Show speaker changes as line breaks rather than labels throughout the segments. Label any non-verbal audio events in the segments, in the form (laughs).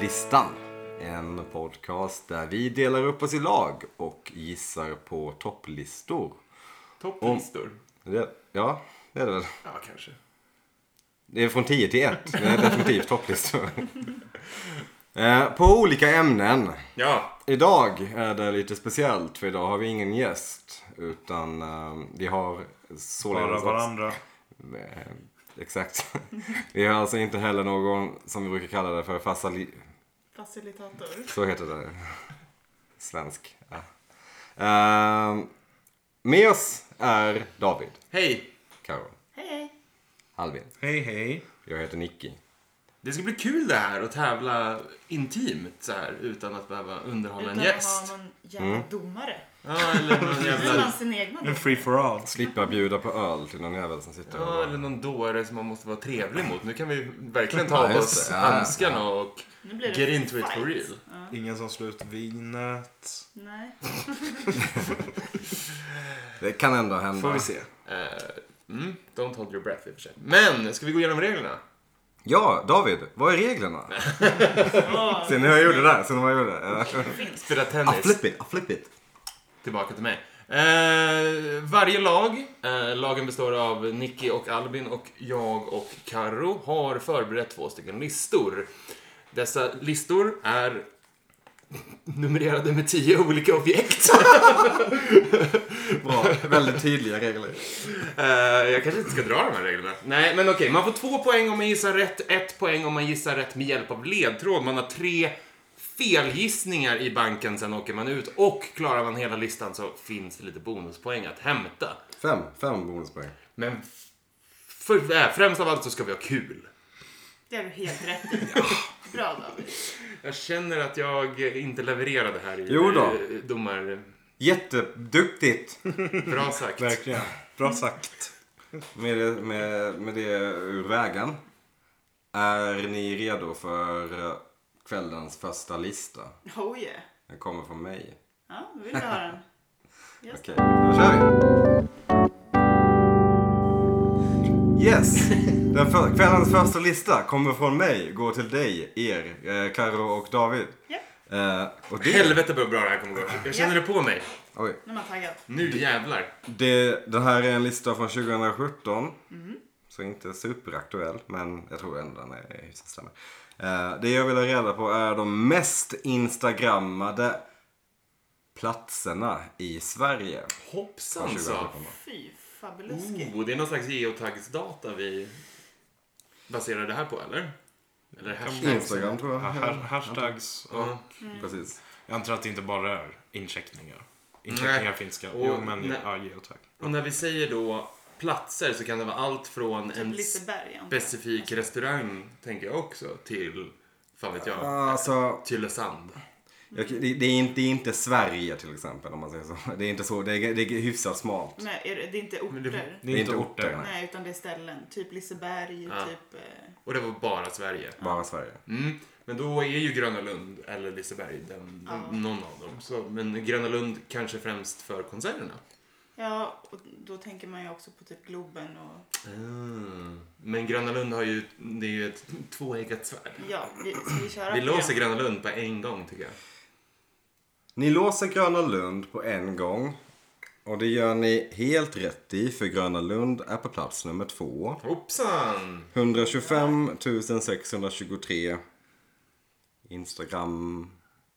Listan. En podcast där vi delar upp oss i lag och gissar på topplistor.
Topplistor?
Det, ja, det är det väl.
Ja, kanske.
Det är från 10 till 1. Det är definitivt topplistor. Eh, på olika ämnen.
Ja,
Idag är det lite speciellt för idag har vi ingen gäst. Utan eh, vi har
bara
således...
varandra.
Eh, Exakt. Vi har alltså inte heller någon som vi brukar kalla det för fasali...
Facilitator.
Så heter det. Svensk. Ja. Ehm, med oss är David,
Hej!
Karo,
Hej hej!
Albin.
Hej, hej.
Jag heter Nicky.
Det ska bli kul det här att tävla intimt så här utan att behöva underhålla
Utan
en
att
gäst.
ha någon jävla
Mm.
domare.
Ja, eller
(laughs)
någon
Utan
jävla...
att sin egna
En
domare.
free for all.
Slippa bjuda på öl till någon jävel som sitter
Ja, eller
och...
någon dåre som man måste vara trevlig mot. Nu kan vi verkligen ta av
Ja, just
oss
det. Ja.
handskarna och
Nu blir det
get into it
fight.
for real.
Ingen som slår ut vinet.
Nej.
Det kan ändå hända.
Får vi se.
Eh, mm, don't hold your breath i och för sig. Men, ska vi gå igenom reglerna?
Ja, David. Vad är reglerna?
Ja,
Ser ni hur jag gjorde där? Ser ni vad jag gjorde? Ja.
det finns.
Spela
Ah,
tennis.
flip it, ah, flip it.
Tillbaka till mig. Eh, varje lag, eh, lagen består av Nicky och Albin och jag och Karo har förberett två stycken listor. Dessa listor är numrerade med tio olika objekt.
Bra. Väldigt tydliga regler.
Eh, jag kanske inte ska dra de här reglerna. Nej, men okej. Man får två poäng om man gissar rätt, ett poäng om man gissar rätt med hjälp av ledtråd. Man har tre felgissningar i banken, sen åker man ut. Och klarar man hela listan så finns det lite bonuspoäng att hämta.
Fem. Fem bonuspoäng.
Men f- för, äh, främst av allt så ska vi ha kul.
Det har du helt rätt i. Bra David.
Jag känner att jag eh, inte levererade här i
Jo då.
eh, domar...
Jätteduktigt.
Bra sagt.
Verkligen. Bra sagt.
Med det, med, med det ur vägen. Är ni redo för eh, kvällens första lista?
Oh yeah.
Den kommer från mig.
Ja, nu vill du ha den. Yes.
Okej, då kör vi! Yes! Den för, kvällens första lista kommer från mig, går till dig, er, eh, Karo och David.
Ja,
Eh, och det,
Helvete vad bra det här kommer gå. Jag känner det på mig.
oj,
nu är man taggad.
Nu jävlar.
det, det här är en lista från 2017. Så inte superaktuell, men jag tror ändå den är hyfsat stämmer. Eh, det jag vill ha reda på är de mest instagrammade platserna i Sverige.
Hoppsan så.
2017.
Fy fabeluski.
Oh, det är någon slags geotagsdata vi baserar det här på, eller? Eller hashtags?
Instagram tror jag.
Ja,
Mm.
ha- hashtags och...
Ja.
Precis.
Jag antar att det inte bara är incheckningar. Incheckningar
Nej.
finns finska.
Och-
Jo, men
nej.
ja, geotag.
Och när vi säger då platser så kan det vara allt från en
Typ Liseberg. antar jag.
specifik restaurang, tänker jag också, till, fan vet jag,
Alltså,
Tylösand.
Jag, det, det, är inte, det är inte Sverige till exempel om man säger så. Det är inte så, det är, det är hyfsat smalt.
Nej, är det, det är inte
Men det-
orter.
Det är inte orter.
nej.
Nej, utan det är ställen. Typ Liseberg,
Ja.
typ... eh,
Och det var bara Sverige.
Bara Sverige.
Mm. Men då är ju Gröna Lund eller Liseberg den,
Ja.
någon av dem. Så, men Gröna Lund kanske främst för konserterna.
Ja, och då tänker man ju också på typ Globen och...
Men Gröna Lund har ju, det är ju ett tvåeggat svärd.
Ja, vi, ska vi köra
Vi
på det?
låser Gröna Lund på en gång tycker jag.
Ni låser Gröna Lund på en gång. Och det gör ni helt rätt i för Gröna Lund är på plats nummer två.
Hoppsan!
125 623 Instagram.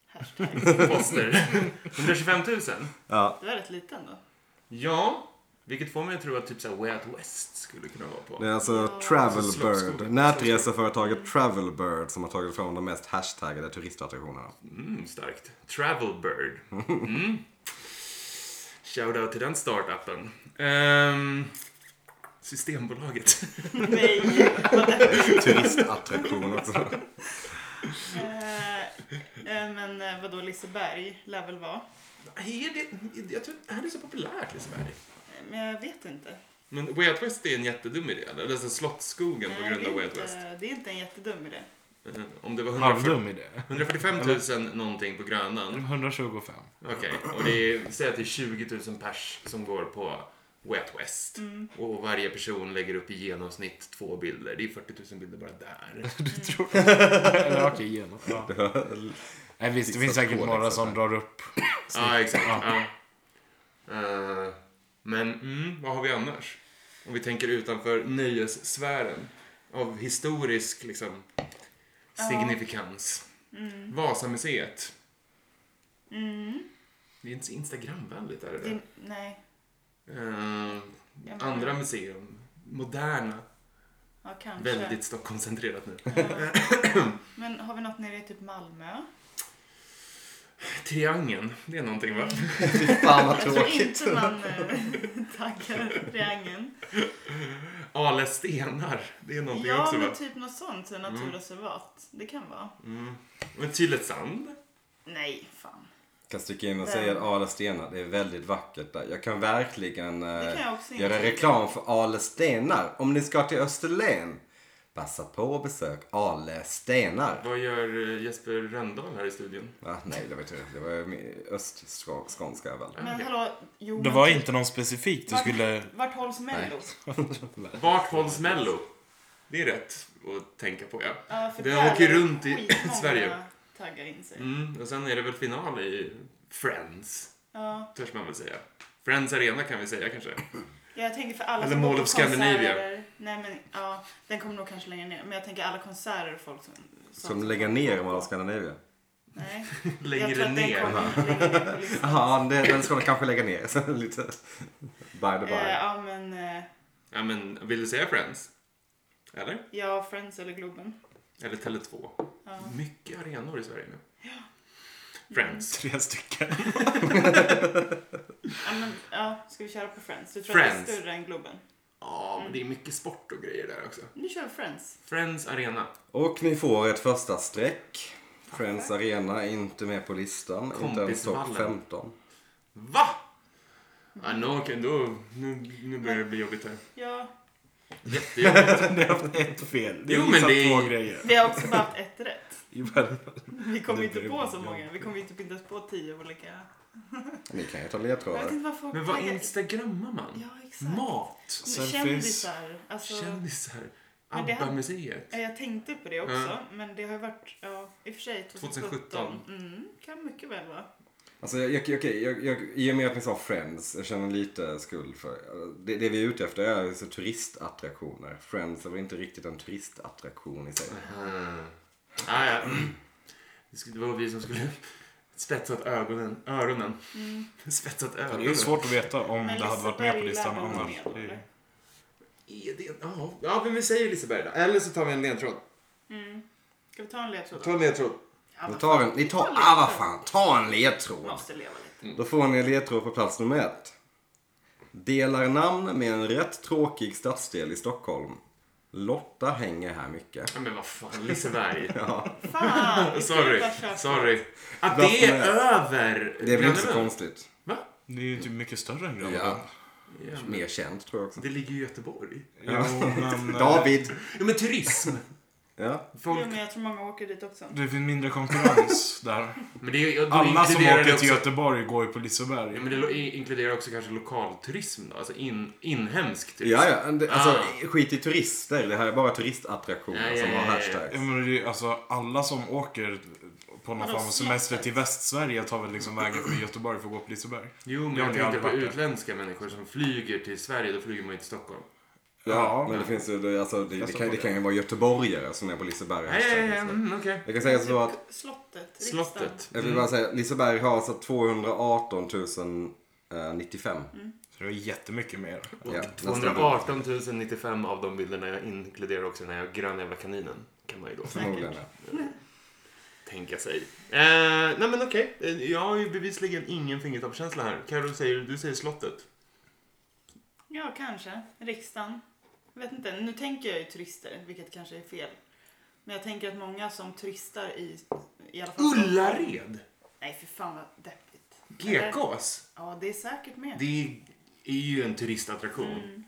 Hashtag.
Poster. 125 000.
Ja,
Det var rätt liten då. (laughs)
Ja, vilket får mig att tro att typ så här Way Out West skulle kunna vara på.
det är alltså
Alltså, slottskog.
Travelbird. Nätreseföretaget Travelbird som har tagit fram de mest hashtaggade turistattraktionerna.
Mm, starkt. Travel Bird. Mm. Shoutout till den startupen. Ehm, systembolaget.
Nej.
Turistattraktion också.
Eh, eh, men eh, vadå, Liseberg lär väl vara?
Nej, det, jag tror det här är så populärt Liseberg.
Eh, Men jag vet inte.
Men Way Out West är en jättedum idé, eller? Eller så Slottsskogen på
Nej,
grund
det,
av
är
Way Out West.
inte, det är inte en jättedum idé.
Eh, Om det var 140,
Halvdum idé.
145 000 någonting på Grönan.
125.
Okej, och det är, säg att det är 20 000 pers som går på Way Out West.
Mm.
Och varje person lägger upp i genomsnitt två bilder. Det är 40 000 bilder bara där.
Eller Ja, okej, genom. Ja. Nej, visst, det finns säkert
kodet
några
så
som
här.
drar upp.
Ja, exakt. Ja. Eh, men mm, vad har vi annars? Om vi tänker utanför nöjessfären av historisk liksom, signifikans. Vasamuseet.
Mm.
Det är inte så Instagramvänligt, är det det?
Det, nej,
Eh,
Ja, men-
andra museum. Moderna.
ja kanske.
Väldigt Stockholmscentrerat nu.
Ja. Men har vi något nere i typ Malmö?
Triangeln, det är någonting va?
Mm.
Fy fan vad
Jag tror
tråkigt.
inte man eh, (laughs) taggar triangeln.
Ale stenar, det är någonting
Ja,
också va? Mm.
men typ något sånt. så Naturreservat. Det kan vara.
Men Tylösand?
Nej, fan.
kan sticka in och säga att Ale stenar, det är väldigt vackert där. Jag kan verkligen eh,
Det kan jag också
göra
intyga.
reklam för Ale stenar. Om ni ska till Österlen, passa på och besök Ale stenar.
Vad gör eh, Jesper Röndahl här i studion?
Ah, nej, det var tur. Det var ju östskånska väl.
Men hallå, jo,
Det
men
var
typ-
inte någon specifik du
Vart-
skulle...
Vart hålls Mello?
Vart hålls Mello? Det är rätt att tänka på ja.
Ja, för
Det
där
åker
är
runt i
skitmånga
Sverige.
taggar in sig.
Mm, och sen är det väl final i Friends,
Ja,
törs man väl säga. Friends Arena kan vi säga kanske.
jag tänker för alla
Eller
som
Mall
går på
of Scandinavia.
konserter. Nej men ja, den kommer nog kanske längre ner. Men jag tänker alla konserter och folk som...
Som lägger ner Mall of Scandinavia.
Nej. jag tror
(laughs) Längre
att den
ner.
kommer längre ner
(laughs)
på listan.
Jaha, det- den ska de kanske lägga ner. (laughs) Så Lite by the
Eh,
by.
Ja men, eh,
Ja men, vill du säga Friends? Eller?
ja Friends eller Globen.
Eller Tele2.
Ja.
Mycket arenor i Sverige nu.
Mm.
Friends.
Tre stycken. (laughs)
Ja, men, ja, ska vi köra på Friends? Du tror att
Friends.
det är större än Globen?
Ja, men det
Mm.
är mycket sport och grejer där också.
Nu kör vi Friends.
Friends Arena.
Och ni får ett första streck. Friends Arena är inte med på listan. Inte ens topp
Kompisvallen.
15.
Va?
Mm.
Ja, nu, okej, då, nu, nu börjar det bli jobbigt
(laughs)
här.
Ja,
Jättejobbigt.
Ni har haft ett fel. Ni
Jo,
har
men
gissat
det är-
två grejer.
vi har också bara haft ett rätt.
I världen.
Vi kom
Nu
ju inte
blir det
på
bara
så
jobb.
många. Vi kom ju typ inte ens på tio olika.
Ni kan ju ta
Jag vet
ledtrådar.
inte varför
Men vad
taggar-
instagrammar man?
Ja, exakt.
Mat,
Selfies.
Kändisar. Alltså,
kändisar,
Men det- Eh.
ABBA-museet.
ja, jag tänkte på det också,
Ja.
Mm.
men det har ju varit, ja, i och för sig
2017.
2017. Mm, kan mycket väl vara.
Alltså, jag, jag, okej, jag, jag, I och med att ni sa Friends, jag känner lite skuld för det. Det vi är ute efter är alltså turistattraktioner. Friends är väl inte riktigt en turistattraktion i sig.
Mm. Ah, ja. (clears throat) mm. Det skulle- det var vi som skulle (laughs) spetsat ögonen. Öronen.
Mm.
(laughs) Spetsat
Ja,
ögonen.
Det är svårt att veta om
Men
det hade varit med på
Liseberg
listan
lär vara
annars.
med,
Det är-
eller?
Är det- ja, Ja, men vi säger Liseberg då. Eller så tar vi en ledtråd.
Mm. Ska vi ta en ledtråd? då?
Ta en ledtråd.
Ja,
Ni
vad
tar
fan.
en, ni tar,
en
ah vad
ledtråd.
fan,
mm.
ta en ledtråd.
Måste leva lite.
Då får ni en ledtråd på plats nummer ett. Delar namn med en rätt tråkig stadsdel i Stockholm. Lotta hänger här mycket.
Ja, men vad (laughs) fan, Liseberg.
Fan!
(laughs)
vi
Sorry.
slutar köpa.
Sorry. Att
Varför
det är
med?
över.
Det är väl inte så
Grannelund?
konstigt.
Va?
Det är ju inte mycket större än Grönland.
Ja,
Ja, men
mer känt tror jag också.
det ligger ju i Göteborg.
Jo, (laughs) men... eh,
David!
Ja, men turism.
Ja.
Jo,
Folk...
men jag tror många åker dit också.
eh, Det finns mindre konkurrens där.
Men det, är- ja, (laughs) då
Alla som
inkluderar det
åker
också-
till Göteborg går ju på
Ja,
Liseberg.
men det lo- i- inkluderar också kanske lokalturism då? Alltså in, inhemsk turism?
Ja, ja. det- Alltså,
Ah.
skit i turister. Det här är bara turistattraktioner
Ja, ja,
som har
ja, Mm, ja, ja.
hashtags.
Ja, men det är ju, alltså, alla som åker på någon
Vadå,
form av semester
släppet?
till Västsverige tar väl liksom vägen från Göteborg för att gå på Liseberg.
Jo, men
Ja,
jag
men jag har
tänkte på
aldrig varit
utländska människor som flyger till Sverige, då flyger man ju till Stockholm.
Ja,
Ja.
men det finns ju, det- alltså, det, det,
Fast
kan, det
de-
kan ju vara göteborgare som är på Liseberg.
Nej, ja, ja,
hashtaggen,
ja,
så.
mm, okej.
Jag kan säga så att,
Typ Slottet.
Slottet.
jag vill bara säga, Liseberg har alltså 218 095.
Mm.
Så det är jättemycket mer.
Ja, nästan dubbelt.
218 095 av de bilderna jag inkluderar också den här gröna jävla kaninen. Kan man ju då
Förmodligen. ja.
tänka sig. Eh, nej men okej, Eh, jag har ju bevisligen ingen fingertoppskänsla här. Carro säger, du säger slottet.
Ja, kanske. Riksdagen. Jag vet inte. Nu tänker jag ju turister, vilket kanske är fel. Men jag tänker att många som turistar i... i alla fall
Ullared!
Nej, för fan vad deppigt. Eller-
Gekås!
Ja, det är säkert med.
Det är ju en turistattraktion.
Mm,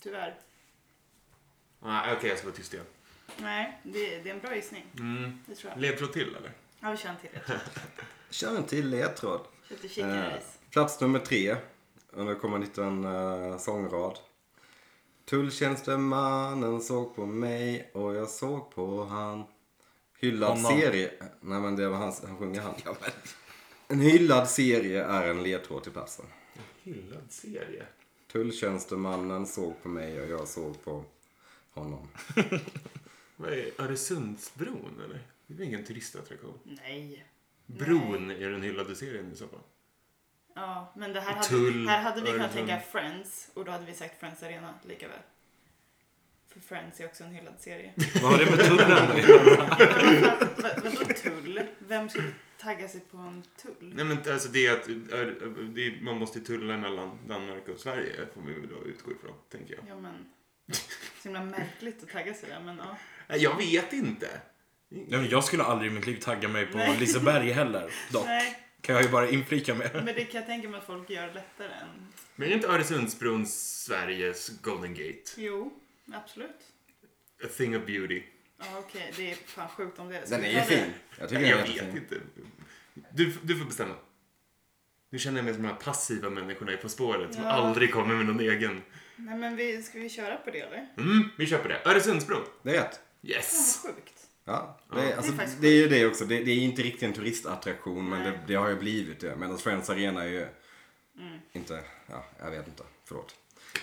tyvärr.
Ah, okej, jag ska vara tyst igen.
Nej, det, det är en bra gissning.
Mm.
Det tror jag.
Ledtråd till eller?
Ja, vi kör en till rätt.
Kör en till ledtråd.
Lite
Eh,
chicken-ris.
plats nummer tre. Och nu kommer en liten eh, sångrad. Tulltjänstemannen såg på mig och jag såg på han. Hyllad
Honom.
serie. Nej men det var han, han sjunger han. En hyllad serie är en ledtråd till platsen.
Hyllad serie.
Tulltjänstemannen såg på mig och jag såg på honom.
Vad är Öresundsbron eller? Det är väl ingen turistattraktion?
Nej.
Bron är den hyllade serien i så fall.
Ja, men det här
Och
hade,
tull,
här hade vi kunnat
Öresund.
tänka Friends och då hade vi sagt Friends Arena lika väl. För Friends är också en hyllad serie.
Vad har det med tullen att göra?
Vad- Vadå tull? Vem skulle tagga sig på en tull?
Nej men alltså det är att är- det är, man måste ju tulla mellan Danmark och Sverige får vi väl då utgå ifrån, tänker jag.
Ja men. Så himla märkligt att tagga sig där men ja.
Nej, Jag vet inte.
Ja, men Jag skulle aldrig i mitt liv tagga mig på
Nej.
Liseberg heller. Dock.
Nej,
Kan jag ju bara inflika med.
men det kan jag tänka mig att folk gör lättare än.
Men är inte Öresundsbron Sveriges Golden Gate?
Jo, absolut.
A thing of beauty.
Ja okej, det är fan sjukt om det. Ska
Den är
vi
ju
ta det?
fin. Jag tycker
Nej,
den
jag
är
vet
jättefin.
inte. Du, du får bestämma. Nu känner jag mig som de här passiva människorna i På spåret som
Ja.
aldrig kommer med någon egen.
Nej men vi, ska vi köra på det eller?
Mm, vi köper det. Öresundsbron.
Det är rätt.
Yes!
Fan vad sjukt.
Ja, det, är, alltså,
Det är faktiskt
det är ju det också. Det, det är ju inte riktigt en turistattraktion men
Nej.
det, det har ju blivit det. Medan Friends Arena är ju inte, ja jag vet inte, förlåt.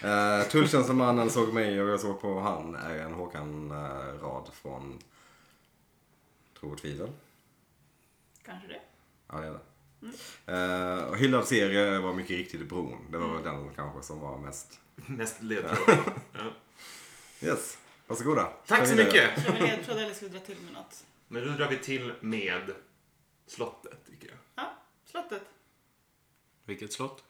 Uh, Tulltjänstemannen såg mig och jag såg på han är en Håkan-rad från Tro och Tvivel.
Kanske det.
Ja det är det. Eh, och hyllad serie var mycket riktigt Bron. Det var väl den kanske som var mest.
Mm.
Mest
(laughs)
ledtråd. Ja.
Yes, varsågoda.
Tack
Kör
så
vidare.
mycket!
Kör vi ledtråd eller ska vi dra till med något?
Men då drar vi till med slottet, tycker jag.
Ja, slottet.
Vilket slott?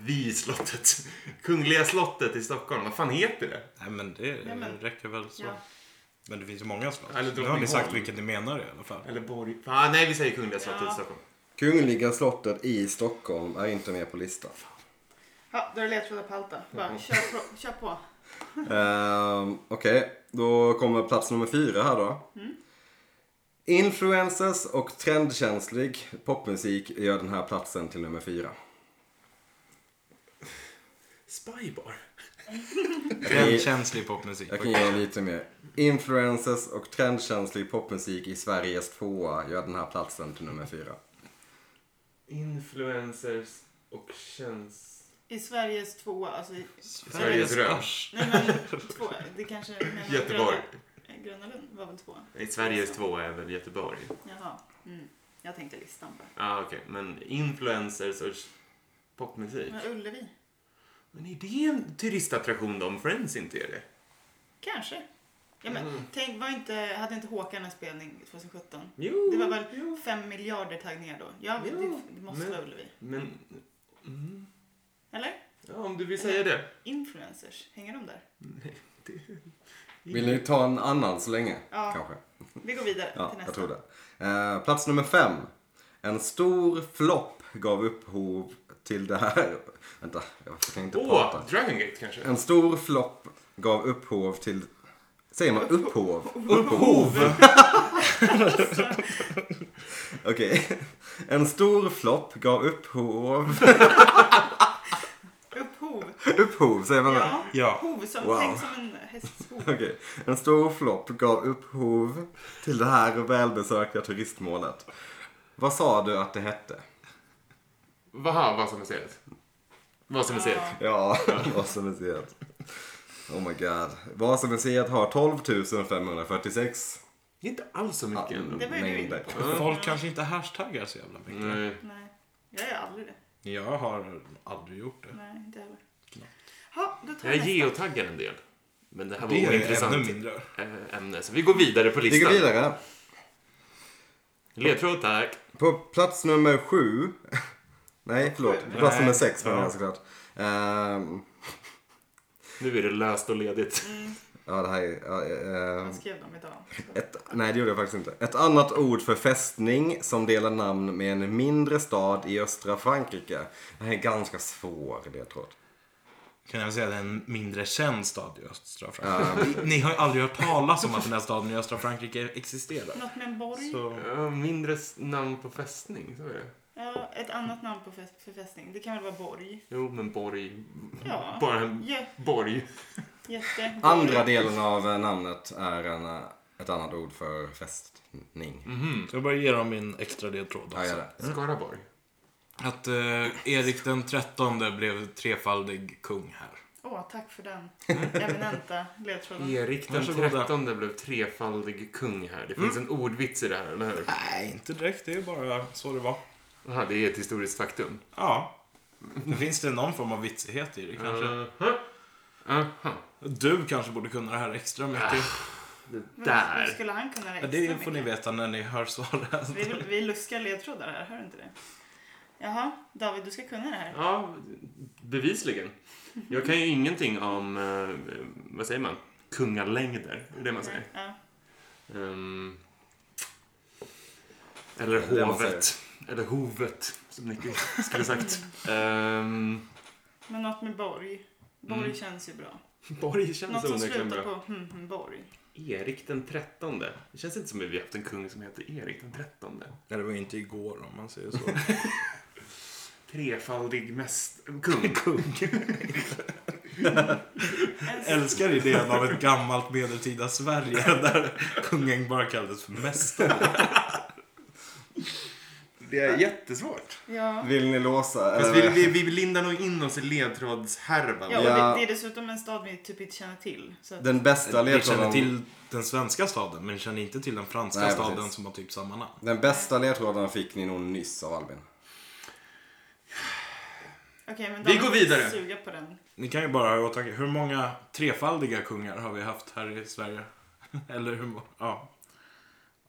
Vi slottet. Kungliga slottet i Stockholm. Vad fan heter det?
Nej men det
Nej, men-
räcker väl så.
Ja.
Men det finns ju många slott.
Eller
nu har ni sagt
Drottningholm.
vilket ni menar i alla fall.
Eller borg? Ah, nej, vi säger Kungliga slottet
Ja.
i Stockholm.
Kungliga slottet i Stockholm är inte med på listan.
Ja, då är det ledtrådar på allt då. Bara kör på. Kör på.
Ehm, Okej, då kommer plats nummer fyra här då.
Mm.
Influencers och trendkänslig popmusik gör den här platsen till nummer fyra.
Spybar?
Trendkänslig popmusik.
Jag kan ge lite mer. Influencers och trendkänslig popmusik i Sveriges tvåa gör den här platsen till nummer fyra.
Influencers och tjänst...
I Sveriges tvåa, alltså i...
Sveriges röv.
Asch.
Nej men två, det kanske... jag menar
Göteborg.
Gröna, Gröna Lund var väl tvåa?
Nej, Sveriges tvåa är väl Göteborg? Ja,
Jaha. Mm. Jag tänkte listan bara.
ah, okej. Men influencers och popmusik?
Men Ullevi?
Men är det en turistattraktion då, om Friends inte är det?
Kanske. Ja, men,
Mm.
tänk, var inte, hade inte Håkan en spelning 2017?
Jo,
Det var väl
jo.
fem miljarder taggningar då? Ja,
Jo,
det, det måste
men-
vara Ullevi.
Men,
Eller?
ja, om du vill säga det.
Influencers, hänger de där?
Vill ni ta en annan så länge?
Ja.
Kanske.
Vi går vidare
Ja,
till
jag
nästa.
tror det. Eh, plats nummer fem. En stor flopp gav upphov till det här. Vänta, jag kan inte
Åh,
prata.
Dragon Gate kanske?
En stor flopp gav upphov till... Säger man upphov?
Upphov!
(laughs) Okej. En stor flopp gav upphov...
Upphov.
Upphov, säger man det?
Ja.
Ja.
Hov, som,
Wow.
tänk som en hästs hov.
Okej. En stor flopp gav upphov till det här välbesökta turistmålet. Vad sa du att det hette?
Vaha, Vasamuseet. Vasamuseet.
Ja, (laughs) Vasamuseet. Oh my god. Vasamuseet har 12 546.
Det är inte alls så mycket ändå.
Det var ju du inne
mängder.
på.
Folk kanske inte hashtaggar så jävla mycket.
Nej.
Nej, jag gör aldrig det.
Jag har aldrig gjort det.
Nej, inte heller. Ha, då tar
Jag
vi nästa.
geotaggar en del. Men det här var
Det är
ointressant
ännu mindre.
eh, ämne. Så vi går vidare på
Vi går
listan.
vidare.
Ledtråd tack.
På plats nummer sju. (laughs) Nej, förlåt. På plats
Nej.
nummer sex menar
Ja.
jag såklart. Ehm,
Nu är det löst och ledigt.
ja, det här är... ja, eh,
Jag skrev dem idag.
ett, nej, det gjorde jag faktiskt inte. Ett annat ord för fästning som delar namn med en mindre stad i östra Frankrike. Det här är ganska svår ledtråd.
Kan jag säga att det är en mindre känd stad i östra Frankrike? Ni har ju aldrig hört talas om att den här staden i östra Frankrike existerar.
Något med en borg.
Så...
Eh, Mindre s- namn på fästning, så är det.
Ja, ett annat namn på fest, för fästning. Det kan väl vara borg?
Jo, men borg.
Ja.
Bara en
Jä,
borg.
jätte.
Andra delen av eh, namnet är en eh, Ett annat ord för fästning.
Ska jag bara ge dem min extra ledtråd också?
Ja, gör det.
Skaraborg.
Att eh, Erik den trettonde blev trefaldig kung här.
Åh, tack för den eminenta ledtråden.
Erik den
Varsågoda.
trettonde blev trefaldig kung här. Det finns en ordvits i det här, eller hur?
Nej, inte direkt. Det är bara så det var.
Aha, det är ett historiskt faktum.
(laughs) Ja. Nu finns det någon form av vitsighet i det kanske.
Aha. Aha.
Du kanske borde kunna det här extra mycket.
Det
Hur
där.
skulle han kunna
Ja,
extra
det får ni
mycket?
veta när ni hör svaret.
Vi, vi luskar ledtrådar här, hör du inte det? Jaha, David, du ska kunna det här.
Ja, bevisligen. Jag kan ju ingenting om, eh, vad säger man, kungalängder. Det är det man säger.
Ja.
Ehm, eller
Det är det man
hovet. Eller hovet, som
(laughs)
Nicky skulle sagt. Ehm,
Men något med borg. Borg
Mm.
känns ju bra.
Borg känns
Något som
onekligen
slutar
bra.
på hm, hm, borg.
Erik den trettonde. Det känns inte som att vi har haft en kung som heter Erik den trettonde.
(laughs) Ja, det var ju inte igår om man säger så.
Trefaldig mäst... Kung.
En,
(laughs) Älskar idén av ett gammalt medeltida Sverige där kungen bara kallades för mästare.
Det är jättesvårt.
ja.
Vill ni låsa?
Fast vi,
eller?
vi, vi lindar nog in oss i ledtrådshärvan.
Ja, och
Ja.
det, det är dessutom en stad vi typ inte känner till. Så att,
Den bästa
Vi känner
ledtråden...
till den svenska staden men känner inte till den franska
Nej,
staden
precis.
som har typ samma namn.
Den bästa ledtråden fick ni nog nyss av Albin.
Okej,
Vi
men David
går vidare.
ska Suga
(laughs)
på den.
Ni kan ju bara ha i åtanke, hur många trefaldiga kungar har vi haft här i Sverige? (laughs) Eller hur många? Ja.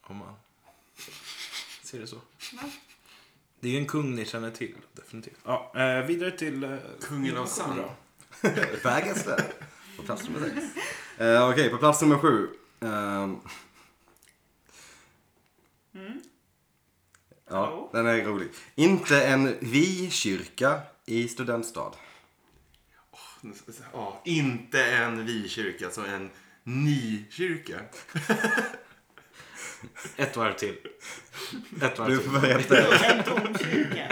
Om man ser det så.
Va?
Det är ju en kung ni känner till, definitivt. Ja, eh, vidare till... Eh,
Kungen av sand.
Fägelslöv. På plats nummer sex. Eh, Okej, på plats nummer sju. Ehm. Ja,
Oh.
den är rolig. Inte en vi-kyrka i studentstad.
Ja, inte en vi-kyrka, alltså en ni-kyrka.
Ett varv till. Ett varv
Du
till.
får börja
(laughs)
efter.
En domkyrka.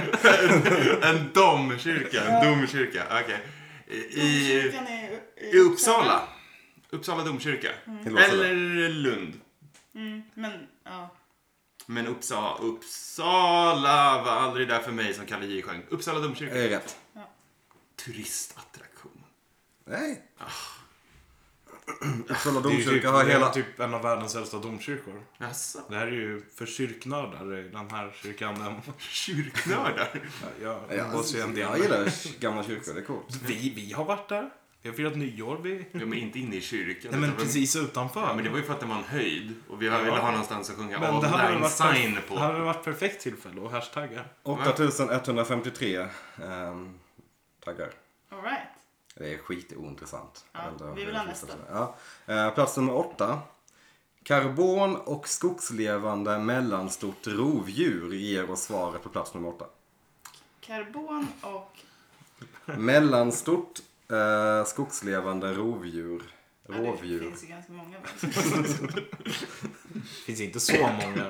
En domkyrka, en domkyrka. Okej. I,
Domkyrkan är
I Uppsala. Uppsala domkyrka.
Mm.
Eller Lund.
Mm, men ja.
Men Uppsala, Uppsala var aldrig där för mig som Kalle J sjöng. Uppsala domkyrka.
Eh.
Det är rätt.
Turistattraktion.
Nej. Uppsala
Ah. Det är ju typ,
domkyrka har
det är
hela...
typ en av världens äldsta domkyrkor.
Jaså?
Det här är ju för kyrknördar, i den här kyrkan. Den,
Kyrknördar?
(laughs) jag
Ja,
umgås ju en del
jag
med.
gillar gamla kyrkor, det är coolt.
Vi, vi har varit där. Vi har firat nyår. Vi...
Ja, men inte inne i kyrkan.
Nej, men
utan-
precis
Ja,
utanför.
men det var ju för att det var en höjd och vi ville ha någonstans att sjunga
Men det hade väl
Online
varit,
Sign
perf-
på.
det hade väl varit perfekt tillfälle att hashtagga.
8153 um, taggar.
All right.
Det är skitointressant.
Ja,
Jag vet inte
vi
hur
vill
det
ha
finns
nästa.
där. Ja. Eh, Plats nummer åtta. Karbon och skogslevande mellanstort rovdjur ger oss svaret på plats nummer
(laughs)
åtta.
Karbon och...
Mellanstort eh, skogslevande rovdjur.
Ja, det
Rovdjur.
finns ju ganska många. väl?
Det finns inte så många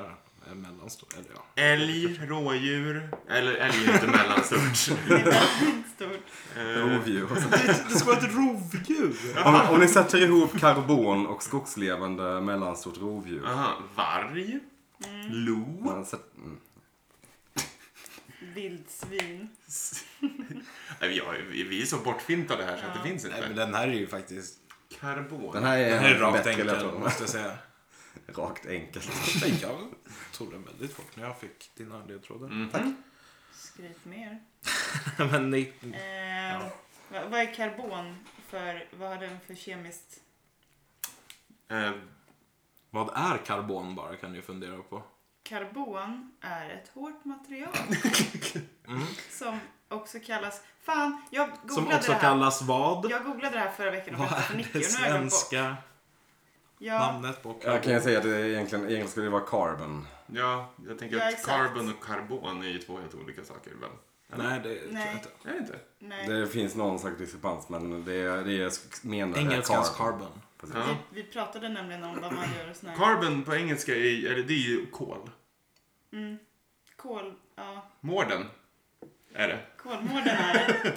eh, mellanstora. Eller ja.
Älg, rådjur. Eller älg är inte mellanstort.
(laughs)
(laughs)
Det är väldigt stort.
Eh,
Rovdjur.
(laughs)
Det ska vara ett rovdjur.
Om, om ni sätter ihop karbon och skogslevande mellanstort rovdjur.
Aha, varg.
Mm.
Lo.
Man sätter, mm.
Vildsvin.
Nej, vi har- vi vi är så bortfintade här så att det finns
Nej, Mm. men
inte.
den här är ju faktiskt...
Karbon.
Den här är,
Den här är rakt
bättre
enkel,
ledtråd.
måste jag säga.
(laughs) Rakt enkelt.
Men Jag tog den väldigt fort när jag fick dina ledtrådar.
Mhm.
Skryt mer.
(laughs) Men ni...
Eh, va- Vad är karbon för... Vad har den för kemiskt...
Eh,
Vad är karbon bara kan ni fundera på.
Karbon är ett
(laughs)
hårt material. Som också kallas... Fan, jag googlade
Mm. Som också
det här.
kallas vad?
Jag googlade det här förra veckan och
Vad
berättade för
är
Nicky.
det
och nu har jag glömt bort.
svenska
Ja,
namnet på
Jag kan
karbon?
ju säga att det egentligen, egentligen skulle det vara carbon.
ja, jag tänker
Ja,
att
exakt.
karbon och karbon är ju två helt olika saker. Väl?
Nej, det tror
Nej.
jag inte.
Är det inte?
nej.
Det finns någon slags diskrepans men det är, det är menar
Engelskans carbon.
Precis.
Ja.
Vi, vi pratade nämligen om vad man gör och sån här
Carbon på engelska är, eller det är ju kol.
kol... Ja,
Mården är det.
(laughs)
kolmården är det.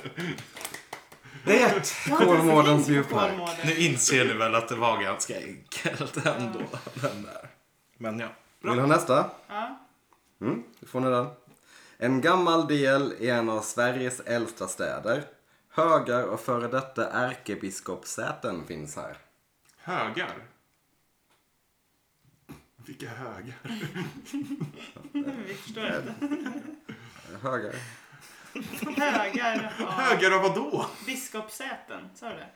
Det är rätt.
Jag har inte ens
Kolmårdens
tänkt på
djurpark.
Kolmården.
Nu inser ni väl att det var ganska enkelt ändå. Den där. Men ja.
Vill du ha nästa?
Ja.
Mm, då får ni den. En gammal del i en av Sveriges äldsta städer. Högar och före detta ärkebiskopssäten finns här.
Högar. Vilka högar?
Vi förstår inte.
Högar.
Högar av
Högar av vadå?
biskopssäten, sa du det?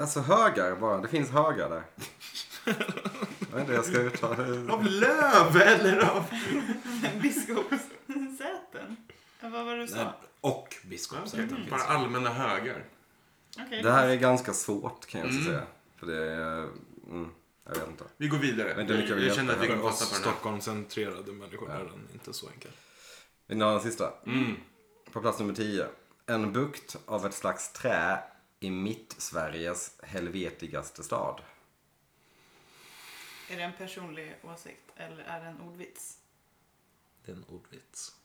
Alltså högar bara. Det finns högar där. Jag vet inte hur jag ska uttala det.
Av löv eller av...
Biskopssäten? Vad var det du sa?
Och
Okej,
biskopssäten
Bara
finns.
allmänna högar.
Okej.
Det här är ganska svårt kan jag också
Mm.
säga. För det är... Mm, jag vet inte.
Vi går vidare.
Men det är lika vi
jag känner
hjälper
att vi kommer
För oss
passa på den här.
Stockholmscentrerade människor är den inte så enkel.
Vill ni ha den sista?
Mm.
På plats nummer 10. En bukt av ett slags trä i mitt-Sveriges helvetigaste stad.
Är det en personlig åsikt eller är det en ordvits?
Det är en ordvits.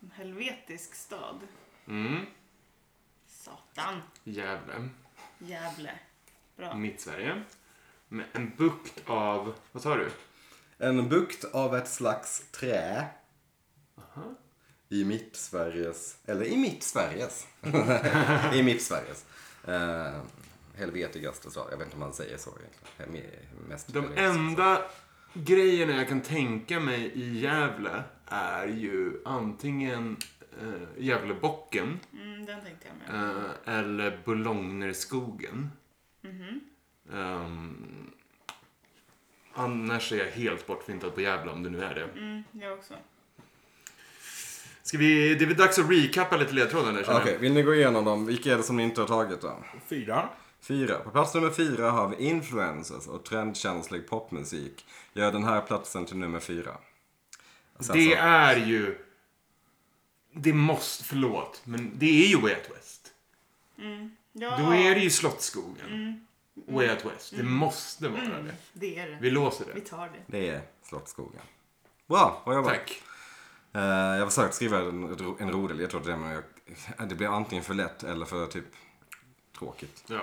En helvetisk stad.
Mm.
Satan.
Gävle.
Gävle. Bra.
Mittsverige. Med en bukt av... Vad sa du?
En bukt av ett slags trä. I mitt Sveriges, eller i mitt
(laughs)
Sveriges. I mitt Sveriges. Eh, helvetigaste stad. Jag vet inte om man säger så egentligen. He- Mest
De
helvetigaste stad.
enda grejerna jag kan tänka mig i Gävle är ju antingen eh, Gävlebocken
Mm, den tänkte jag med.
eh, eller Boulognerskogen. Mhm. Ehm, annars är jag helt bortfintad på Gävle om det nu är det.
Mm, jag också.
Ska vi, det är väl dags att recappa lite ledtrådar nu
Okej,
känner jag.
vill ni gå igenom dem? Vilka är det som ni inte har tagit då?
Fyra.
Fyra. På plats nummer fyra har vi influencers och trendkänslig popmusik. Gör den här platsen till nummer fyra. Alltså, Sen
Det
så-
är ju... Det måste, förlåt, men det är ju Way Out West.
Ja, Mm.
Då är det ju Slottsskogen. Way Out West. Det måste vara det.
det är det.
Vi låser
Mm. Vi
det.
tar det.
Det är Slottsskogen. Bra, bra jobbat.
Tack.
Eh, jag försökte skriva en, en rolig ledtråd till det men jag, det blev antingen för lätt eller för typ tråkigt.
Ja.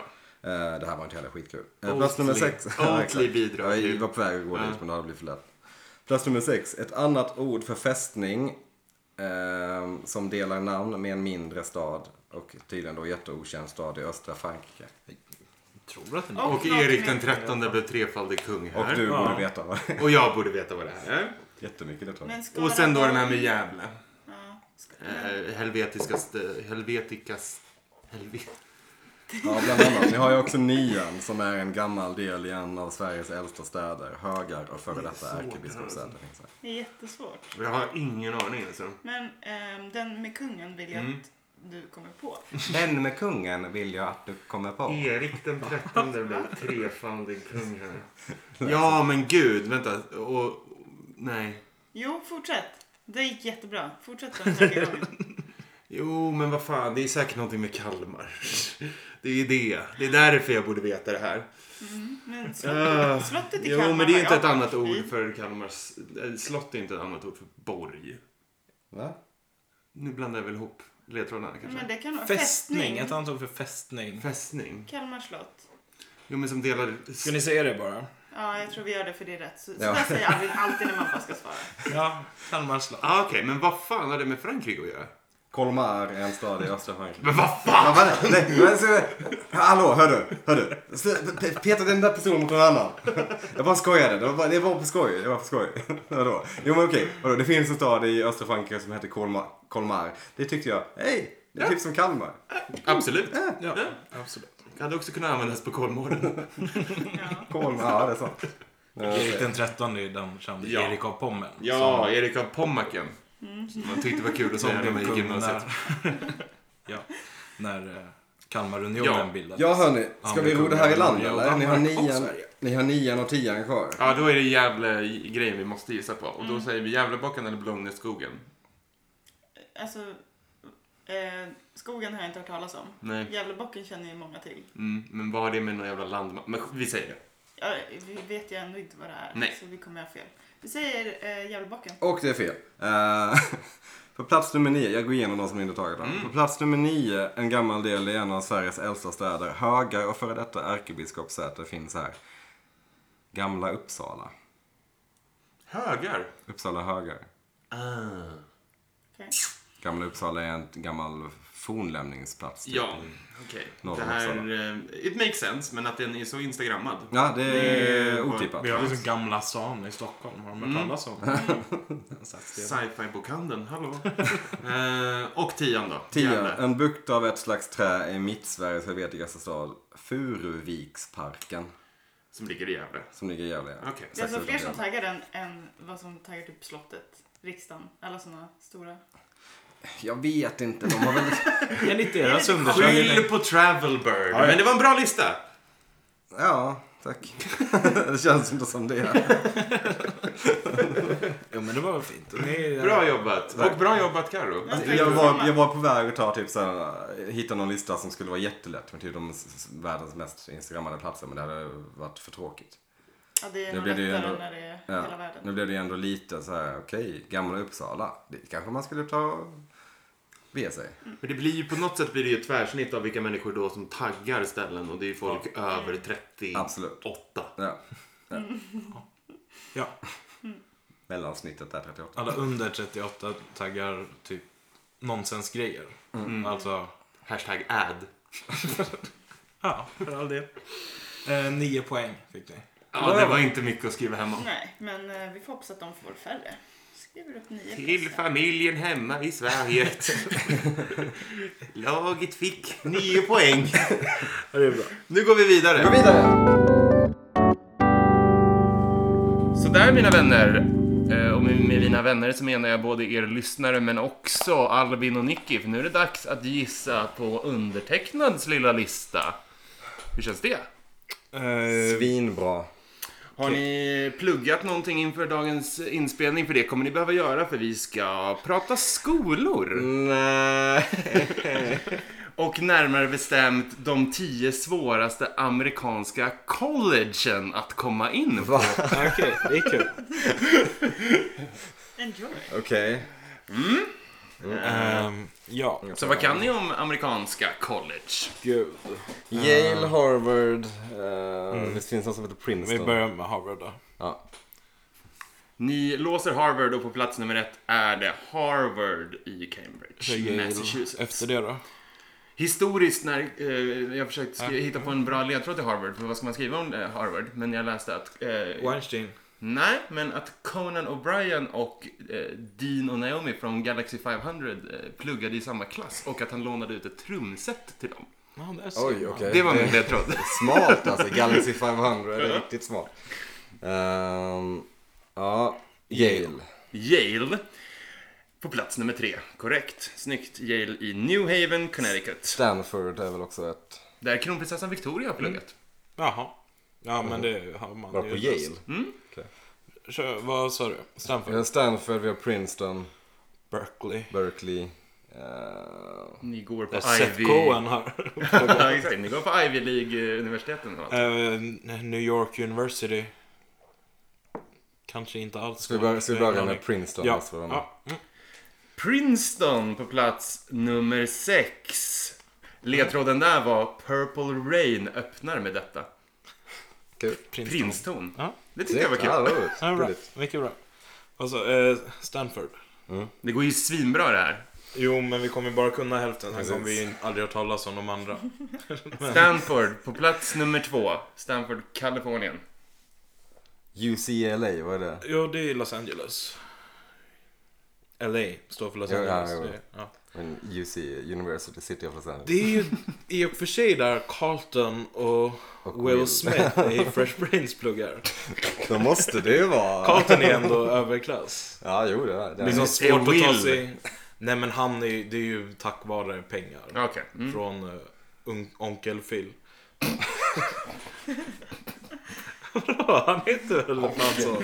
Eh, det här var inte heller skitkul. Uh,
Oatly.
plats nummer sex. (laughs)
Oatly
exakt.
bidrar
Jag
ju.
var på väg att gå
Ja.
dit men det hade blivit för lätt. Plats nummer sex. Ett annat ord för fästning eh, som delar namn med en mindre stad och tydligen då jätteokänd stad i östra Frankrike.
Tror du att den
Och
Och Erik den
nakenhet.
trettonde blev trefaldig kung
Och
här.
du
Ja.
borde veta
(laughs)
vad
Och jag borde veta vad det här är.
Jättemycket ledtrådar.
Men ska
Och sen då
alla-
den här med Gävle.
Ja, ska...
Eh, helvetikaste... Helvetikas... Helvet...
Ja, bland annat. Ni har ju också nian som är en gammal del i en av Sveriges äldsta städer. Högar och före detta
Det är svårt
ärkebiskopssäten finns här.
Det är jättesvårt.
Jag har ingen aning alltså.
Men ehm, den med kungen vill jag
Mm.
att du kommer på.
Den med kungen vill jag att du kommer på.
Erik den trettonde blev trefaldig kung här. (laughs) Ja men gud, vänta. Och... Nej.
Jo, fortsätt. Det gick jättebra. Fortsätt den
(laughs)
tredje gången.
Jo, men vad fan, det är säkert någonting med Kalmar. (laughs) Det är ju det. Det är därför jag borde veta det här.
Mm, Men
(laughs) Ah,
slottet, slottet i Kalmar
Jo, men det är
har
inte
jag
ett annat
varit i.
ord för Kalmars... eh, Slott är inte ett annat ord för borg.
Va?
Nu blandar jag väl ihop ledtrådarna kanske.
Men det kan vara
Fästning. Ett annat ord för fästning.
Fästning.
Kalmar slott.
Jo, men som delar...
Ska ni säga det bara?
Ja, jag tror vi gör det för det är rätt. Så, så
Ja.
där säger
(laughs)
Albin alltid när man bara ska svara.
Ja, Kalmar slott.
Ah, Okej, men vad fan har det med Frankrike att göra?
Kolmar är en stad i östra Frankrike.
Men vad fan!
Ja, va? Nej, men så- Hallå, hör du, hör du. Sl- pe- Peta den där personen mot någon annan. Jag bara skojade. Det var, bara, det var på skoj. Det var på skoj. Vadå? Jo men okej, vadå? det finns en stad i östra Frankrike som heter Kolmar. Kolmar. Det tyckte jag, hej, det är typ som Kalmar.
Mm.
Absolut.
Ja, absolut.
Det hade också kunnat användas på Kolmården.
Ja.
Kolmar, ja det är sant.
Erik den trettonde är den kände
Ja.
Erik av Pommern.
Ja, Erik av Pommaken. Som man tyckte var kul att
Som,
säga när
som
man
blev
gick i
kung
gymnasiet.
när, (laughs) ja, när eh, Kalmarunionen
Ja.
bildades.
Ja hörni, ska vi ro det här i land
Ja,
eller? Ni har,
Danmark och
nian,
Sverige.
ni har nian och tian kvar.
Ja, då är det jävla grejen vi måste gissa på. Och då säger vi Gävlebocken eller Blomnerskogen.
Alltså, eh, skogen har jag inte hört talas om.
Nej.
Gävlebocken känner ju många till.
Mm, men vad har det med någon jävla landmark... Men vi säger det.
Ja, vi vet ju ändå inte vad det är.
Nej.
Så vi kommer ha fel. Vi säger eh, Djävulbocken.
Och det är fel. Eh, (laughs) på plats nummer nio, jag går igenom de som inte tagit den. På plats nummer nio, en gammal del i en av Sveriges äldsta städer. Högar och före detta ärkebiskopssäte finns här. Gamla Uppsala.
Högar.
Uppsala högar.
Ah.
Okej.
Gamla Uppsala är en gammal fornlämningsplats. typ.
Ja, okej.
Norr om
Det här...
Uppsala.
eh, It makes sense, men att den är så instagrammad.
Ja, det är
Det var-
otippat.
Vi har liksom Gamla stan i Stockholm. Har de hört
Mm.
(laughs) talas om? En satsdel.
Sci-fi-bokhandeln, (laughs) hallå. eh, och tian då.
Tio,
Gävle.
en bukt av ett slags trä i Mittsveriges helvetigaste stad. Furuviksparken.
Som ligger i Gävle.
Som ligger i Gävle.
Okej.
Det är alltså
Exakt,
fler som
Gävle.
taggar den än vad som taggar typ slottet, riksdagen, alla sådana stora.
Jag vet inte, de har väl...
Enligt deras undersökning.
Skyll på Travelbird.
Ja, ja.
Men det var en bra lista.
Ja, tack. (laughs) det känns inte som det.
Jo men det var väl fint. Ni,
Bra jobbat.
Tack.
Och bra jobbat Karo.
Ja.
Jag var, jag var på väg att ta typ så här, hitta någon lista som skulle vara jättelätt med typ de s- s- världens mest instagrammade platser men det hade varit för tråkigt.
Ja, det är
Nu
nog
blev det ju
lättare
ändå-
när det är
Ja.
hela
Nu
världen.
blev det ju ändå lite så här, okej, Gamla Uppsala. Det kanske man skulle ta och be sig.
Men det blir ju på något sätt blir det ju ett tvärsnitt av vilka människor då som taggar ställen och det är ju folk över 38.
Absolut. Ja.
Ja,
Mellansnittet där 38.
alla under 38 taggar typ nonsensgrejer.
Mm.
Alltså,
Hashtag ad.
ja, för all del. Eh, nio poäng fick ni.
Ja, det var inte mycket att skriva hemma.
Nej, men eh, vi får hoppas att de får färre. Skriver upp nio
Till
platser.
familjen hemma i Sverige. Laget fick nio poäng.
Ja, det är bra.
Nu går vi vidare.
Gå vidare!
Sådär mina vänner. Eh, Och med med mina vänner så menar jag både er lyssnare men också Albin och Nicky. För nu är det dags att gissa på undertecknads lilla lista. Hur känns det?
Svinbra.
Har ni pluggat någonting inför dagens inspelning? För det kommer ni behöva göra för vi ska prata skolor.
Mm.
Nej.
Och närmare bestämt de tio svåraste amerikanska collegen att komma in på.
Okej, det är kul.
Enjoy.
Okej.
Ehm, ja,
Mm.
Så vad kan ni om amerikanska college?
gud.
Yale, Harvard. eh, Det finns något som heter
Vi
Princeton.
börjar med Harvard då.
Ja.
Ni låser Harvard och på plats nummer ett är det Harvard i Cambridge, Massachusetts.
Efter det då?
Historiskt när eh, jag försökte skri- hitta på en bra ledtråd till Harvard, för vad ska man skriva om eh, Harvard? Men jag läste att... Eh,
Weinstein.
nej, men att Conan O'Brien och eh, Dean och Naomi från Galaxy 500 eh, pluggade i samma klass och att han lånade ut ett trumset till dem.
Ja, där ser
Oj,
man.
okej.
Det var min ledtråd.
Smart alltså, Galaxy 500 det är riktigt smart. Ehm, ja, Yale.
Yale. På plats nummer tre. Korrekt. Snyggt. Yale i New Haven, Connecticut.
Stanford är väl också ett...
Där kronprinsessan Victoria har pluggat.
Jaha. Ja, men det har man
Mm. Var
ju
på
löst.
Yale?
Kör, vad sa du?
Vi
Stanford?
har Stanford, vi har Princeton,
Berkeley.
Berkeley. eh,
Mm. Ni går på
Där Seth
Ivy...
Cohen har...
(laughs)
(laughs)
ja, exakt. Ni går på Ivy League-universiteten. va?
Eh, New York University. Kanske inte alls.
ska, vi börja, ska vi börja med Princeton?
Ja.
alltså, vad de-
ja. Mm.
Princeton på plats nummer sex. Ledtråden där var Purple Rain öppnar med detta.
Kul.
Princeton.
Princeton.
Ja.
Det tyckte jag var
Ja,
kul.
det var roligt.
Ja, bra.
Roligt.
Mycket bra. Alltså, eh, Stanford.
Det går ju svinbra det här.
Jo, men vi kommer bara kunna hälften. Sen kommer vi ju aldrig att talas om
(laughs)
de andra.
Stanford på plats nummer två. Stanford, Kalifornien.
UCLA, vad är det?
Jo, det är Los Angeles. LA står för Los
Ja, ja,
Angeles.
jo.
Det, ja.
Men UC, University City of Los Angeles.
det är ju i och för sig där Carlton och,
Och
Will
Will.
Smith i Fresh Prince
(laughs)
pluggar.
Då måste det ju vara...
Carlton är ändå överklass.
Ja, jo det är det.
Det är så
Det är
svårt att ta
Will.
sig... Nej men han är, ju- det är ju tack vare pengar.
Okej.
(laughs)
Mm.
Från eh, un, Onkel Phil. (laughs) Bra, han heter väl fan så?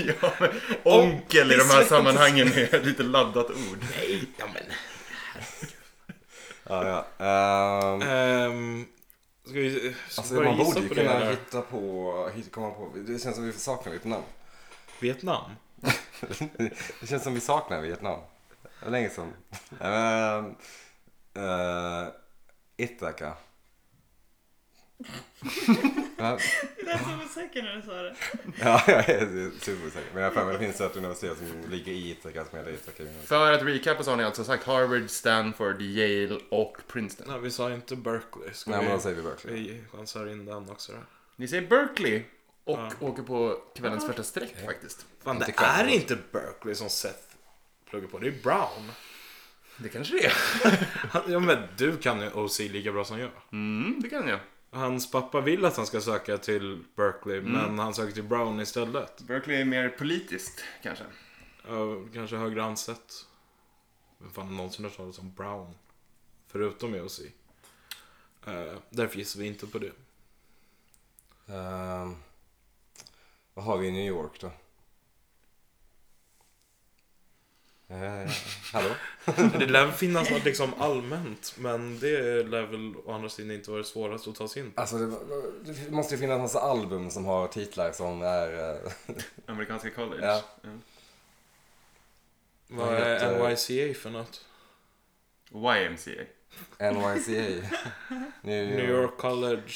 Ja, men (laughs) onkel i de här sammanhangen är ett lite laddat ord.
Nej, ja men.
Ja, ja. Ehm,
Ehm, Ska vi ska
Alltså,
vi börja
man
gissa
borde ju
på det
kunna
här?
hitta på, hit- komma på, det känns som vi saknar Vietnam.
Vietnam?
Det känns som vi saknar Vietnam. Det var länge sedan. Nej, men, eh, Ithaca. (laughs) ja,
Det lät så osäker när du sa det.
ja, jag är superosäker. Men jag har för mig att det finns ett universitet som ligger i Ithaca som heter Ithaca University.
För att recapa så har ni alltså sagt Harvard, Stanford, Yale och Princeton.
Nej, vi sa inte Berkeley. Ska
Nej, men då
vi,
säger vi Berkeley.
vi chansar in den också då?
Ni säger Berkeley och
Ja.
åker på kvällens första streck faktiskt.
Fan,
Inte
det
kväll,
är
alltså.
inte Berkeley som Seth pluggar på. Det är Brown.
Det kanske det är.
Han- Ja, men du kan ju OC lika bra som jag.
Mm, det kan jag.
Hans pappa vill att han ska söka till Berkeley,
Mm.
men han söker till Brown istället.
Berkeley är mer politiskt kanske.
Ja, kanske högre ansett. Vem fan har någonsin hört talas om Brown? Förutom E OC. Uh, därför gissar vi inte på det.
Ehm, vad har vi i New York då? Eh, hallå?
Men Det lär väl finnas något liksom allmänt, men det lär väl å andra sidan inte vara det svåraste att ta sig in på.
Alltså det, det måste ju finnas massa album som har titlar som är... eh,
Amerikanska college.
Ja.
Vad
heter-
är NYCA för något?
YMCA.
(laughs)
NYCA. New York,
New York College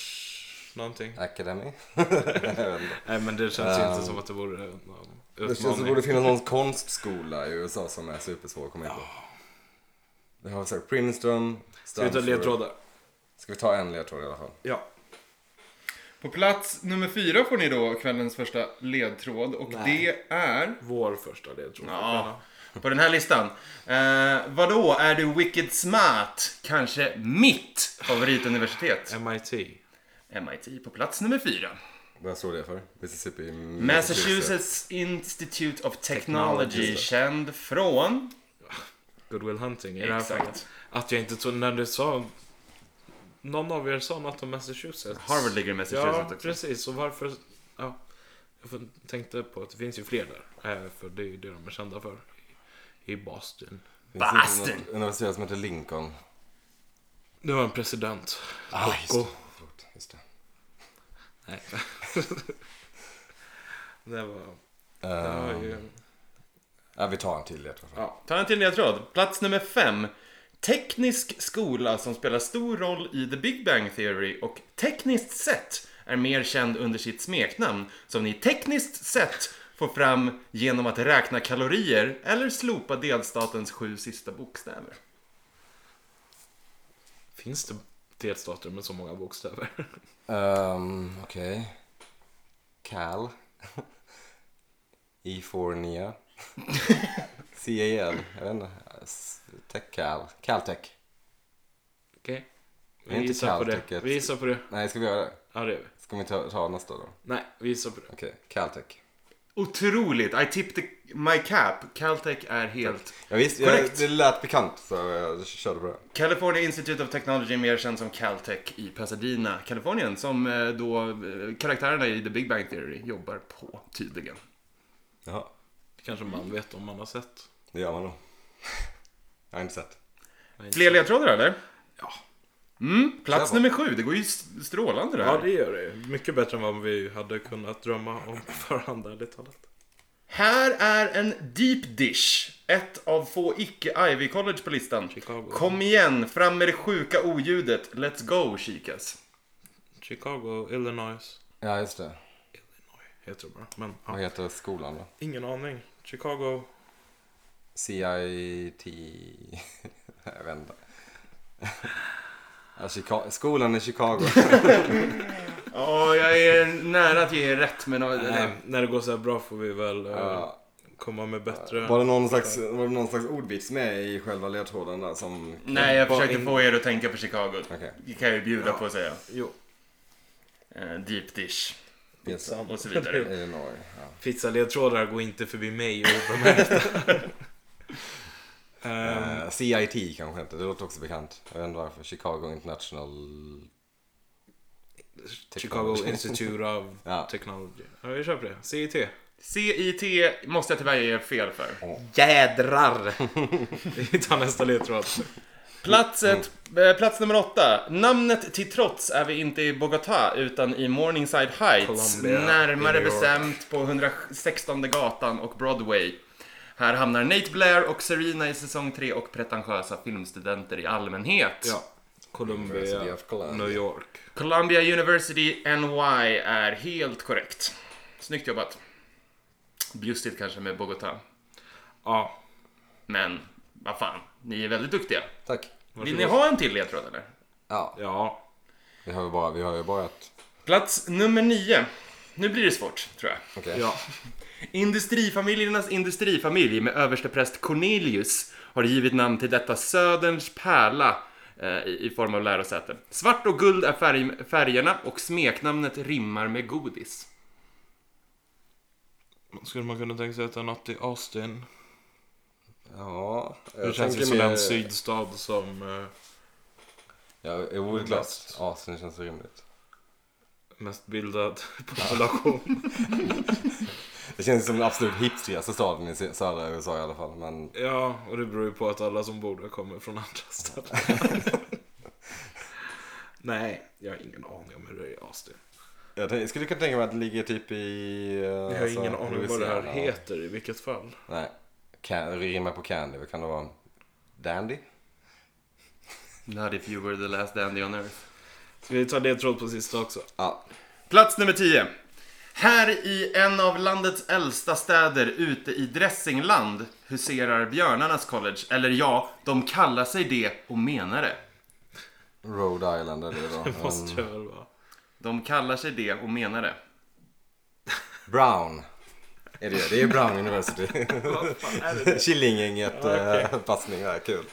någonting. (laughs)
Academy.
Nej men det känns ju
Ehm,
inte som att det vore någon utmaning.
det känns som det borde finnas någon konstskola i USA som är supersvår att komma in på. Vi har sagt Princeton,
Ska vi ta
Stanford.
ledtrådar?
Ska vi ta en ledtråd i alla fall?
Ja.
På plats nummer fyra får ni då kvällens första ledtråd och
Nej.
det är...
Vår första ledtråd.
Ja, på den här listan. Eh, vadå, är du wicked smart? Kanske mitt favorituniversitet?
MIT.
MIT på plats nummer fyra.
Vad står det för? Mississippi?
Massachusetts Institute of
Technology,
Technology,
just det.
känd från...
Goodwill Hunting i det här fallet.
Exakt.
Att jag inte tog, när du sa... Någon av er sa något om Massachusetts.
Harvard ligger i Massachusetts
Ja,
också.
precis. Så varför... Ja. Jag fun- tänkte på att det finns ju fler där. Eh, För det är ju det de är kända för. I Boston.
Finns det inte
Boston.
något Universitet som heter Lincoln.
Det var en president.
Ah, just det.
Koko.
Förlåt, Just det.
Nej. (laughs) det var... Det
Ehm,
var ju...
ja, vi tar en till ledtråd.
Ja.
Ta en till ledtråd. Plats nummer fem. Teknisk skola som spelar stor roll i The Big Bang Theory och tekniskt sett är mer känd under sitt smeknamn som ni tekniskt sett får fram genom att räkna kalorier eller slopa delstatens sju sista bokstäver.
Finns det delstater med så många bokstäver? (laughs)
Um, Okej. Cal. (laughs) E4NIA. CAL. Jag vet inte. S- Tech-Cal. Caltech.
Okej.
Det är
Vi
inte
gissar på
Caltech,
det.
ett-
Vi gissar på det.
Nej, ska vi göra det?
Ja, det gör vi.
Ska vi ta, ta nästa då?
Nej, vi gissar på det.
Okej, Caltech.
Otroligt! I tipped the, my cap. Caltech är helt...
Ja, visst, jag,
Korrekt.
det lät bekant så jag körde på det.
California Institute of Technology är mer känd som Caltech i Pasadena, Kalifornien, som eh, då eh, karaktärerna i The Big Bang Theory jobbar på, tydligen.
Jaha,
Det kanske man vet om man har sett.
det gör man (laughs) nog. jag har inte sett.
Nej,
Fler ledtrådar eller?
Ja.
Mm, plats
Där var-
nummer sju, det går ju st- strålande det här.
Ja, det gör det ju. Mycket bättre än vad vi hade kunnat drömma om (laughs) på förhand, ärligt talat.
Här är en deep dish. Ett av få icke Ivy College på listan.
Chicago.
Kom igen, fram med det sjuka oljudet. Let's go, Chicas.
Chicago, Illinois.
Ja, just det.
Illinois heter det bara. Men
Vad
ja,
heter skolan då?
ingen aning. Chicago.
CIT... (laughs) jag vet inte. (laughs) Ja, Chica- skolan i (laughs) Chicago.
Ja, jag är nära att ge er rätt, men...
Nej, när det går så här bra får vi väl eh,
Ja.
komma med bättre.
Var det, någon slags, var det någon slags ordvits med i själva ledtråden där som...
Nej, jag
Bara
försökte
in-
få er att tänka på Chicago.
Okej.
Det kan jag ju bjuda på att säga.
Jo,
Eh, deep dish.
Yes.
Och (laughs) så vidare.
Illinois. Ja.
Pizzaledtrådar går inte förbi mig obemärkt.
(laughs)
uh,
Eh, CIT kanske inte, det låter också bekant. Jag vet inte varför. Chicago International...
Chicago Institute of
(laughs) Ja.
Technology. Ja, vi kör på det. CIT.
CIT måste jag tyvärr ge er fel för.
Jädrar! Vi tar nästa ledtråd.
Platset,
Mm.
eh, plats nummer åtta. Namnet till trots är vi inte i Bogotá utan i Morningside Heights.
Colombia,
närmare
i New York.
bestämt på 116 gatan och Broadway. Här hamnar Nate Blair och Serena i säsong 3 och pretentiösa filmstudenter i allmänhet.
Ja.
University
Columbia,
of Columbia.
New York.
Columbia University NY är helt korrekt. Snyggt jobbat. Bjussigt kanske med Bogotá.
Ja.
Men vad fan, ni är väldigt duktiga.
(laughs) Tack.
Vill ni ha en till ledtråd eller?
Ja,
Ja.
vi har ju bara, vi har ju bara ett...
Plats nummer 9. Nu blir det svårt, tror jag.
Okej.
Ja.
Industrifamiljernas industrifamilj med överstepräst Cornelius har givit namn till detta Söderns pärla eh, i i form av lärosäte. Svart och guld är färg, färgerna och smeknamnet rimmar med godis.
Skulle man kunna tänka sig att det är något i Austin?
Ja,
Det känns ju som en sydstad som... eh,
Ja, odlat.
Odlat.
Asien känns rimligt.
mest bildad (laughs) population.
Det känns som den absolut hipstrigaste staden i se- södra USA i alla fall. Men
ja, och det beror ju på att alla som bor där kommer från andra städer. (laughs) Nej, jag har ingen aning om hur det är i Austin.
jag tänk- skulle kunna tänka mig att det ligger typ i... eh,
Jag har
alltså,
ingen aning om vad det här
Louisiana.
heter i vilket fall.
Nej. Can, rimma på candy, vad kan det vara? Dandy?
Not if you were the last dandy on earth.
Ska vi ta ledtråd på sista också?
Ja.
Plats nummer 10. Här i en av landets äldsta städer ute i Dressingland huserar Björnarnas college. Eller ja, de kallar sig det och menar det.
Rhode Island är
(laughs)
det då.
Det måste
Mm.
jag väl vara.
De kallar sig det och menar det.
Brown. Är det, det är Brown
(laughs)
University. Killinggänget eh, passning där, kul.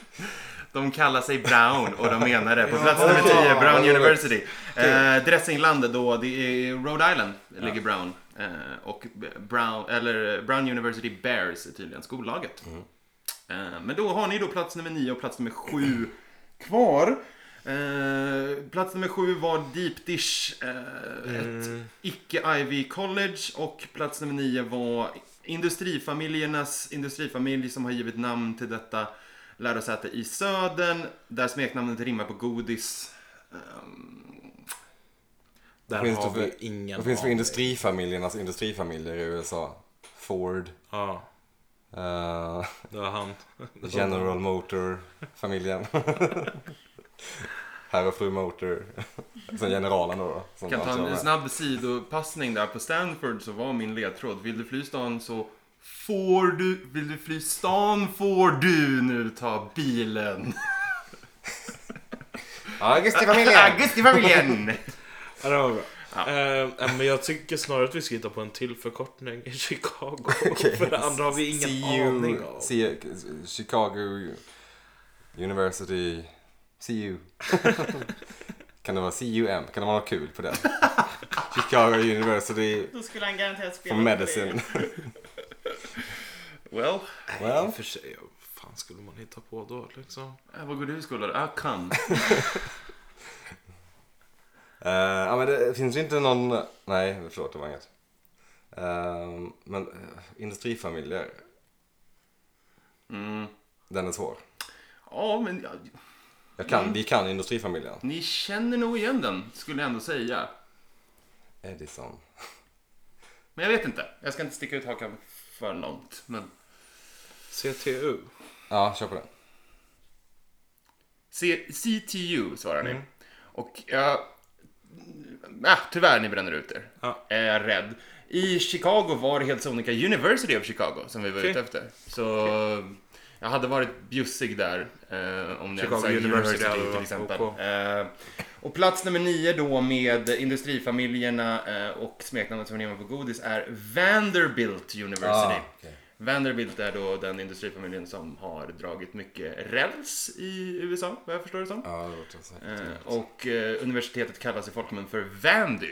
De kallar sig Brown och de menar det. På plats nummer 10, Brown University. Eh, Dressingland då, det är Rhode Island ligger Brown. Eh, och Brown, eller Brown University Bears är tydligen skollaget. Eh, men då har ni då plats nummer 9 och plats nummer 7 kvar. Eh, plats nummer 7 var Deep Dish, eh, ett icke-Ivy College. Och plats nummer 9 var Industrifamiljernas industrifamilj som har givit namn till detta lärosäte i Södern. Där smeknamnet rimmar på godis. Ehm,
Där
Finns det
har vi
för-
ingen
Vad finns det för
aning.
industrifamiljernas industrifamiljer i USA? Ford.
Ja,
eh,
det var han.
General
(laughs)
Motor-familjen. Herr och fru Motor. Sen generalen då. då som
kan
alltid
ta
var
en
med.
snabb sidopassning där. På Stanford så var min ledtråd. Vill du fly stan så får du. Vill du fly stan får du nu ta bilen. (laughs)
Augustifamiljen!
Augustifamiljen!
Ja, det var bra.
Ja.
Eh, eh, men jag tycker snarare att vi ska hitta på en till förkortning i Chicago.
(laughs)
För det andra har vi ingen aning om.
See you, Chicago University. CU. (laughs) kan det vara CUM? Kan det vara något kul på
(laughs)
det? Chicago University
Då skulle han garanterat spela
for
på det.
Medicine.
Well,
Well.
I och för sig, vad fan skulle man hitta på då liksom?
eh, vad går du i skolan? Ah, kan.
Eh, ja, men det finns ju inte någon... Nej, förlåt, det var inget. Eh, men eh, industrifamiljer,
Mm.
den är svår.
Ja, men ja,
Jag kan,
Mm.
Vi kan industrifamiljen.
ni känner nog igen den, skulle jag ändå säga.
Edison.
Men jag vet inte. Jag ska inte sticka ut hakan för långt. Men
CTU.
Ja, kör på den.
C- CTU svarar ni.
Mm.
Och jag... Äh, tyvärr, ni bränner ut er.
Ja.
Är jag rädd. I Chicago var det helt sonika University of Chicago som vi var
Okej.
ute efter. Så jag hade varit bjussig där eh, om ni
Chicago
hade sagt
University
University,
hade
till
varit
exempel.
OK.
Eh, och plats nummer nio då med industrifamiljerna eh, och smeknamnet som rimmar på godis är Vanderbilt University.
Ah,
Ah.
okej.
Vanderbilt är då den industrifamiljen som har dragit mycket räls i USA, vad jag förstår det som.
Ja, det låter säkert.
Eh, och eh, universitetet kallas i folkmun för Vandy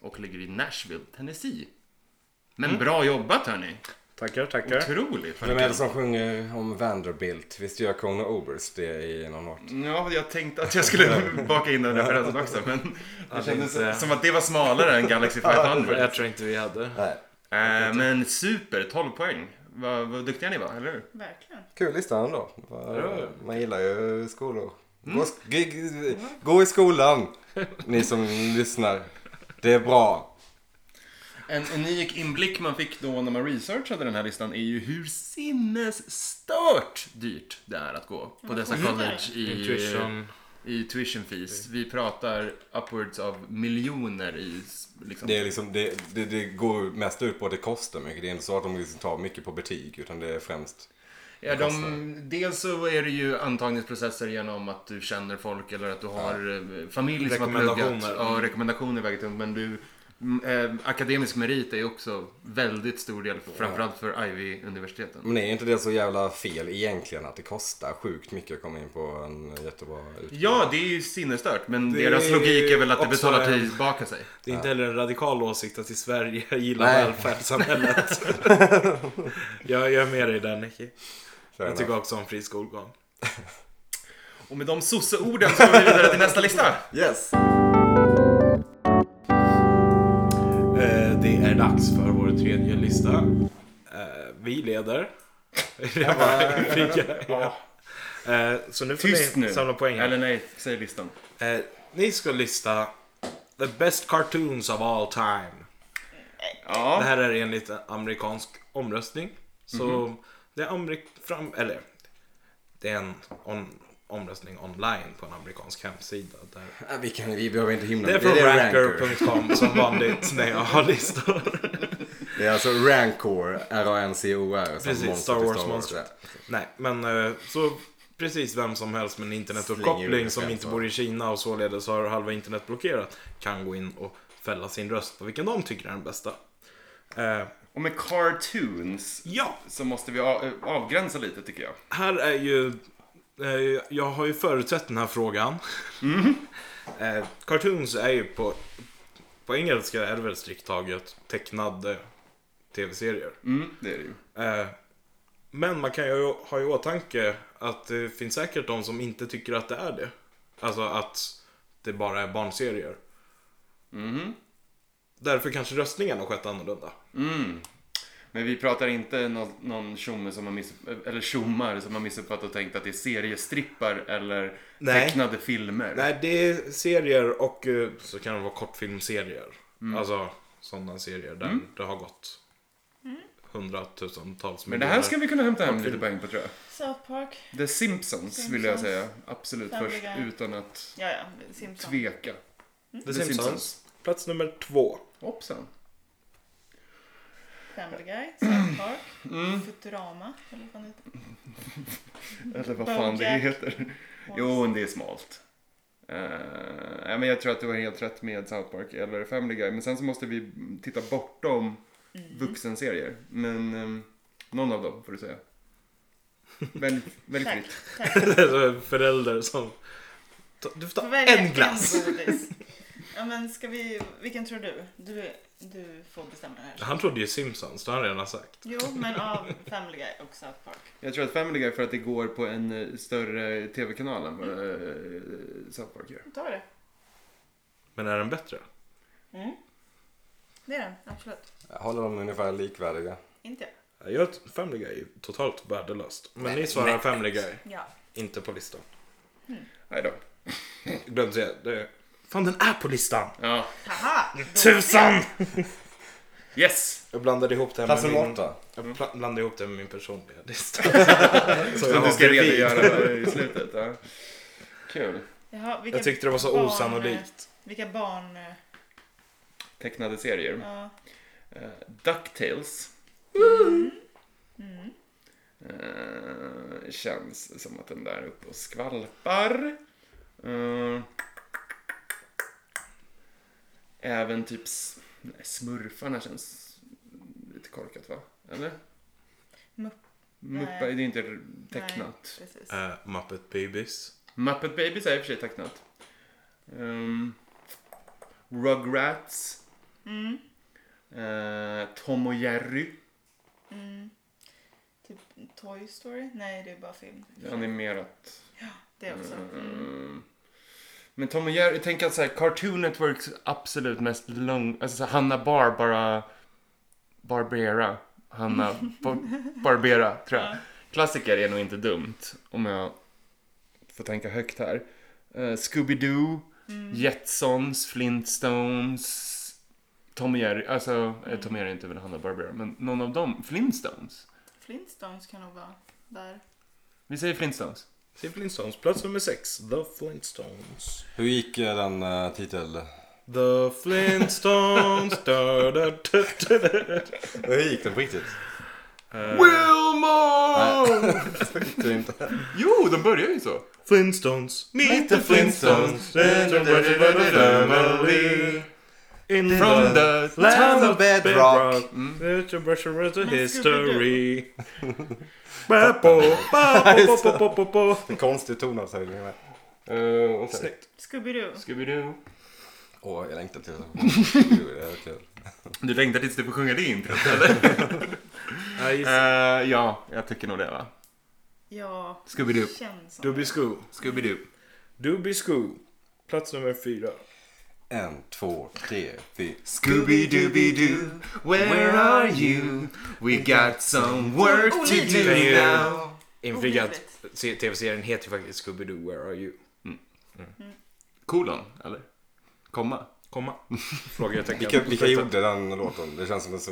och ligger i Nashville, Tennessee. Men bra jobbat hörni!
Tackar, tackar.
Otroligt! vad
Mm. Vem
ni
är det
kan.
som sjunger om Vanderbilt? Visst gör Kona Oberst det i någon låt?
Ja, jag tänkte att
(laughs)
jag skulle baka in den referensen också, men det
det
kändes
inte-
som att det
(laughs)
var smalare än Galaxy
För
500.
jag tror inte vi hade.
Nej.
Eh, men super, 12 poäng. Vad, vad duktiga ni var, eller hur?
Verkligen.
Kul lista ändå.
Ja. Mm.
Man gillar ju skolor. Gå, sk- g- gå i skolan, ni som lyssnar. Det är bra.
En unik inblick man fick då när man researchade den här listan är ju hur sinnesstört dyrt det är att gå på dessa
Mm.
college i,
Intuition.
i tuition fees. Vi pratar upwards av miljoner i s- liksom.
Det, är liksom, det, det, det går mest ut på att det kostar mycket. Det är inte så att de liksom tar mycket på betyg utan det är främst...
Ja, de, dels så är det ju antagningsprocesser genom att du känner folk eller att du har eh, familj som har pluggat.
Rekommendationer.
Ja, rekommendationer väger tungt. Men du, mm, eh, akademisk merit är ju också väldigt stor del, framförallt för Ivy-universiteten.
Men är inte det så jävla fel egentligen att det kostar sjukt mycket att komma in på en jättebra utbildning?
Ja, det är ju sinnesstört. Men
Det
deras
är
logik är väl att det
också
betalar
en-
tillbaka sig.
Det är inte heller en radikal åsikt att i Sverige gillar
Nej. (laughs)
välfärdssamhället. jag, jag är med dig där Nicky. Jag tycker också om fri skolgång.
Och med de sosseorden så går vi vidare till nästa (laughs) lista.
Yes!
Eh, det är dags för vår tredje lista. Eh, vi leder. (laughs) Jag bara fick jag. Eh, så nu får
Tyst
ni
nu.
samla poäng här.
Eller nej, säg listan.
Eh, ni ska lista the best cartoons of all time. Det
Ja,
här är enligt en amerikansk omröstning. Så det är Amerik fram, eller det är en on, omröstning online på en amerikansk hemsida. Där.
Äh, Vi, kan, vi behöver inte himla
Det är från ranker.com som vanligt när jag har listor.
Det är alltså Rancor, R-A-N-C-O-R. som
Precis,
monster
Star
till
Wars monster. Nej, men eh, så precis vem som helst med en
Slänger ur
internetuppkoppling som
skämt,
inte
va?
bor i Kina och således har halva internet blockerat kan gå in och fälla sin röst på vilken de tycker är den bästa. Eh,
och med cartoons
ja,
så måste vi a- avgränsa lite tycker jag.
här är ju... Eh, jag har ju förutsett den här frågan. (laughs) eh, cartoons är ju på... På engelska är det väl strikt taget tecknade tv-serier.
Mm, det är det ju.
Eh, Men man kan ju ha i åtanke att det finns säkert de som inte tycker att det är det. Alltså att det bara är barnserier.
Mhm.
Därför kanske röstningen har skett annorlunda.
Mm. Men vi pratar inte nå- någon tjomme som har missupp- eller tjommar som har missuppfattat och tänkt att det är seriestrippar eller
Nej.
tecknade filmer.
Nej, det är serier och eh, så kan det vara kortfilmserier.
Mm.
Alltså sådana serier där det har gått
Mm.
hundratusentals
Men det här ska vi kunna hämta hem lite poäng på tror jag.
South Park.
The Simpsons, vill jag
Simpsons.
säga. Absolut
Family
först
Guy.
utan att
Ja, ja. Simpsons.
tveka.
The Simpsons. Plats nummer två. (laughs)
Hoppsan.
Family Guy. South Park. Futurama. Eller vad fan heter det?
Eller vad fan det
Bojack.
heter. Jo, det är smalt. Eh, nej, men jag tror att du har helt rätt med South Park eller Family Guy. Men sen så måste vi titta bortom vuxenserier. Men eh, någon av dem får du säga. Välj, välj
Mm. Tack.
fritt.
Tack.
Förälder som... Ta- Du får
Får
(laughs) ta
välja
en glass.
en godis. Ja men ska vi, vilken tror du? Du, du får bestämma det här.
Han trodde ju Simpsons, det har han redan sagt.
Jo men av Family Guy och South Park.
Jag tror att Family Guy för att det går på en eh, större tv-kanal än vad eh, South Park gör.
Då tar vi det.
Men är den bättre?
Mm. Det är den, absolut.
Jag håller dem ungefär likvärdiga.
Inte jag.
Jag Family Guy är totalt värdelöst. Men ni svarar Family Guy,
Ja.
inte på listan.
Nej då.
Glömde säga det. Fan, den är på listan!
Ja.
Haha!
Tusan!
Yes!
Jag blandade ihop det här
Plats
med
nummer
min...
åtta.
Jag pla- blandade ihop det med min personliga lista. Så
Som du
har
ska
bredvid.
redogöra i slutet. Ja. Kul.
Jaha, vilka
Jag tyckte det var så
barn-
osannolikt.
Vilka barn... eh,
Tecknade serier.
Ja.
Eh, Ducktails.
Mm.
Eh, känns som att den där är uppe och skvalpar. Eh, även typ s- nej, smurfarna känns lite korkat va? Eller?
Mupp-
Muppa, det är
nej.
inte r- tecknat.
Precis.
Eh, Muppet Babies.
Muppet Babies är i och för sig tecknat. Ehm, Rugrats.
Mm.
Eh, Tom och Jerry.
Mm. Typ Toy Story? Nej, det är bara film.
Animerat.
Det också. Mm.
Mm. Men Tom och Jerry, tänk att så här, Cartoon Networks absolut mest lugn, alltså så här, Hanna Barbara Barbera Hanna
(laughs)
Bar- Barbera, tror jag. Klassiker är nog inte dumt, om jag får tänka högt här. Eh, Scooby-Doo,
Mm.
Jetsons, Flintstones, Tom och Jerry, alltså eh,
Mm.
Tom och Jerry är inte väl Hanna Barbera, men någon av dem. Flintstones?
Flintstones kan nog vara där.
Vi säger Flintstones.
Se Flintstones, plats nummer sex. The Flintstones.
Hur gick eh, den eh, titel...
The Flintstones. (laughs) da, da, da, da, da.
Hur gick den på riktigt?
Wilmore! (laughs) Typ Jo, de börjar ju så.
Flintstones. Meet the Flintstones. They're a regular family. In
From
the
the...
land of bedrock.
bedrock.
It's a brush of the
Men
history. Ba, bo, (laughs) ba, bo, bo, bo, bo, bo.
(laughs) En konstig tonavsägning med.
Uh,
Snyggt.
Scooby-Doo.
Scooby-Doo.
Åh, jag längtar (laughs) till det. Det är kul.
Du längtar tills du får sjunga det (laughs) introt, eller? Eh, ja, jag tycker nog det, va?
Ja,
Scooby-Doo.
känns som det.
Doobie-Skoo.
Scooby-Doo.
Doobie-Skoo. Plats nummer fyra.
En, två, tre, fyra.
Scooby-Dooby-Doo, where are you? We got some work to do now.
Inflikat.
Orimligt.
se- Tv-serien heter ju faktiskt Scooby-Doo Where Are You?
Kolon, eller? Komma.
Komma. Frågetecken.
Vilka, vilka gjorde den låten? Det känns som att det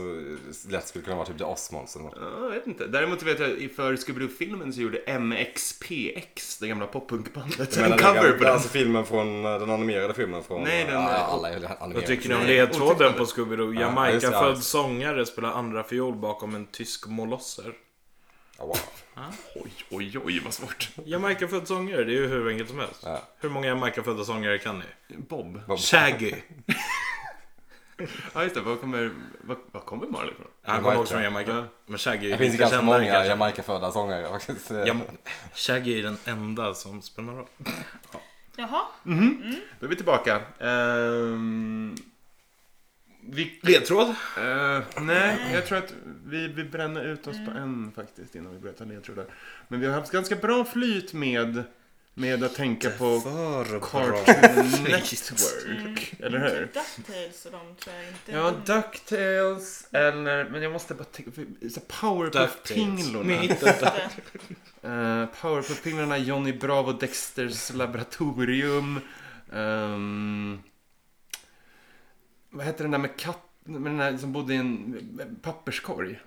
så lätt skulle kunna vara typ The Osmonds eller något.
Ja, jag vet inte. Däremot vet jag i för Scooby-Doo-filmen så gjorde MXPX, det gamla
Jag
poppunkbandet,
menar,
en
det
cover
gamla-
på den.
Alltså filmen från, eh, den animerade filmen från... eh,
Nej, den-
Ja, alla är animerade.
Vad tycker ni om
Nej,
ledtråden
otäckt.
på Scooby-Doo?
Ja, just det,
Jamaica-född
ja.
sångare spelar andra fiol bakom en tysk molosser.
Ja, wow.
Oj, oj, oj, vad svårt.
Jamaica-född sångare, det är ju hur enkelt som helst.
Ja.
Hur många Jamaica-födda sångare kan ni?
Bob.
Vad- (laughs)
Shaggy.
Ja, just det. Var kommer, var, var kommer Marley ifrån?
Han kommer
Jamaica.
också från Jamaica. Men Shaggy är
Det finns
lite
ganska
kändare
många
kanske.
Jamaica-födda sångare faktiskt.
Jam- Shaggy är den enda som spelar roll.
Jaha,
Då är vi tillbaka. Ehm, vi,
Ledtråd?
eh, nej, jag tror att vi, vi bränner ut oss på en faktiskt innan vi börjar ta ledtrådar. Men vi har haft ganska bra flyt med, med att tänka på
För
Cartoon Network. Eller hur?
typ Ducktails och de tror jag inte.
Ja,
Mm.
Ducktails eller... Men jag måste bara tänka... för- så Powerpuff-pinglorna. Eh, Powerpuff-pinglorna, Johnny Bravo, Dexters laboratorium. ehm, vad hette den där med katt... Med den där som bodde i en papperskorg.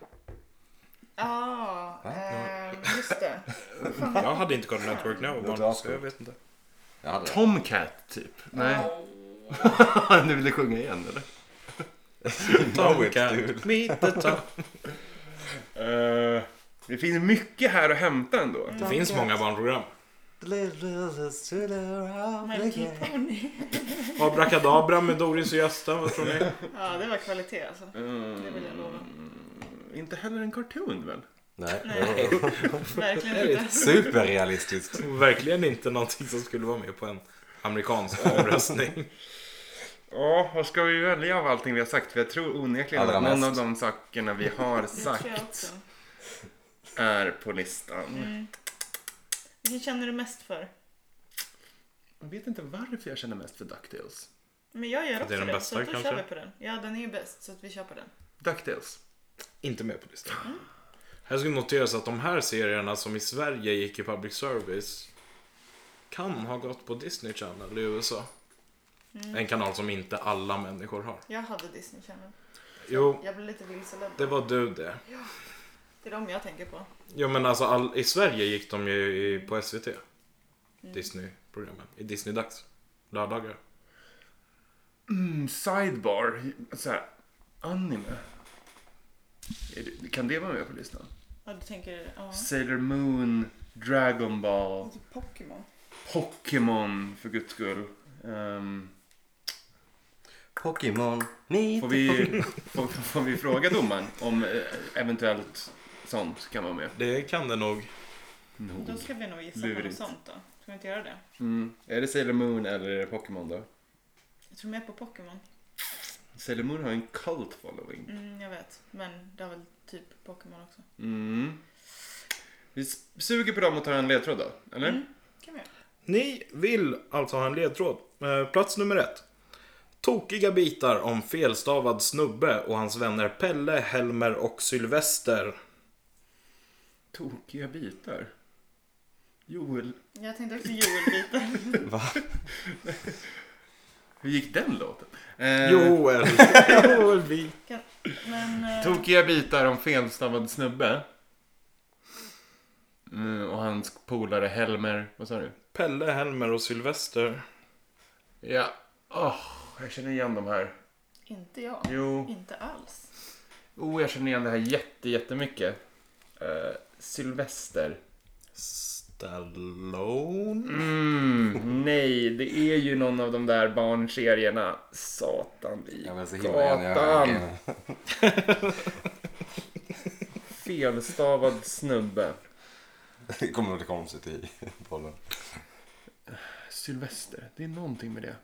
Ja, ehm, just det.
Jag hade inte Cartoon Network
Det
no
var
one, så
ascoolt.
jag vet inte.
Jag hade det.
Tomcat, typ. Nej. (laughs) du ville sjunga igen, eller?
Tomcat, dude.
meet the top.
Eh, det finns mycket här att hämta ändå.
Det finns många barnprogram.
My Little Pony.
Abrakadabra med Doris och Gösta, vad tror ni?
Ja, det var kvalitet alltså.
Mm.
Det vill jag lova.
Inte heller en cartoon, väl?
Nej.
Nej.
det var
Verkligen inte.
Superrealistiskt.
Verkligen inte någonting som skulle vara med på en amerikansk omröstning.
Ja, vad ska vi välja av allting vi har sagt? För jag tror onekligen
Allra
att någon
mest.
av de sakerna vi har
(laughs) Det tror Mm. jag också.
sagt är på listan.
Vilken känner du mest för?
Jag vet inte varför jag känner mest för DuckTales.
Men jag gör också
den
det,
bästa,
så att då
kanske?
kör vi på den. Ja, den är ju bäst, så att vi kör på den.
DuckTales.
(laughs) inte med på listan. Här ska noteras att de här serierna som i Sverige gick i public service kan ha gått på Disney Channel i USA. En kanal som inte alla människor har.
Jag hade Disney Channel.
Jo,
Jag blev lite vilseledd.
det var du det.
Det är de jag tänker på.
Jo men alltså all, i Sverige gick de ju i, på SVT. Disney-programmen. I Disney-dags. Lördagar.
Mm, sidebar. Så här, anime. Är det- Kan det vara med på listan?
Ja, du tänker... Ja.
Sailor Moon, Dragon Ball,
Alltså, Pokémon.
Pokémon för guds skull. Ehm,
Pokémon. Meet
Får vi, (laughs) får, får vi fråga domaren om eh, eventuellt sånt kan vara med?
Det kan det nog.
Då ska vi nog gissa på något
Lurigt.
sånt då. Ska vi inte göra det?
Mm. Är det Sailor Moon eller är det Pokémon då?
Jag tror mer på Pokémon.
Sailor Moon har ju en cult following.
Mm, jag vet. Men det har väl typ Pokémon också.
Mm. Vi s- suger på dem och tar en ledtråd då, eller?
Mm. Kan vi göra.
Ni vill alltså ha en ledtråd. Eh, Plats nummer ett. Tokiga bitar om felstavad snubbe och hans vänner Pelle, Helmer och Sylvester.
Tokiga bitar. Joel.
Jag tänkte också Joel-biten.
Hur gick den låten? Eh,
(laughs) Joel. Joel vi.
Kan- (laughs) Men eh,
Tokiga bitar om felstavad snubbe. Mm, och hans polare Helmer. Vad sa du?
Pelle, Helmer och Sylvester.
Ja. Åh, jag känner igen de här.
inte jag.
Jo.
Inte alls.
Oh, jag känner igen det här jätte, jättemycket. Uh, Sylvester.
Stallone?
Mm, nej, det är ju någon av de där barnserierna. Satan i
Jag var så himla gärna göra
gatan.
det.
Felstavad snubbe.
Det kommer lite konstigt i bollen.
Sylvester, det är någonting med det.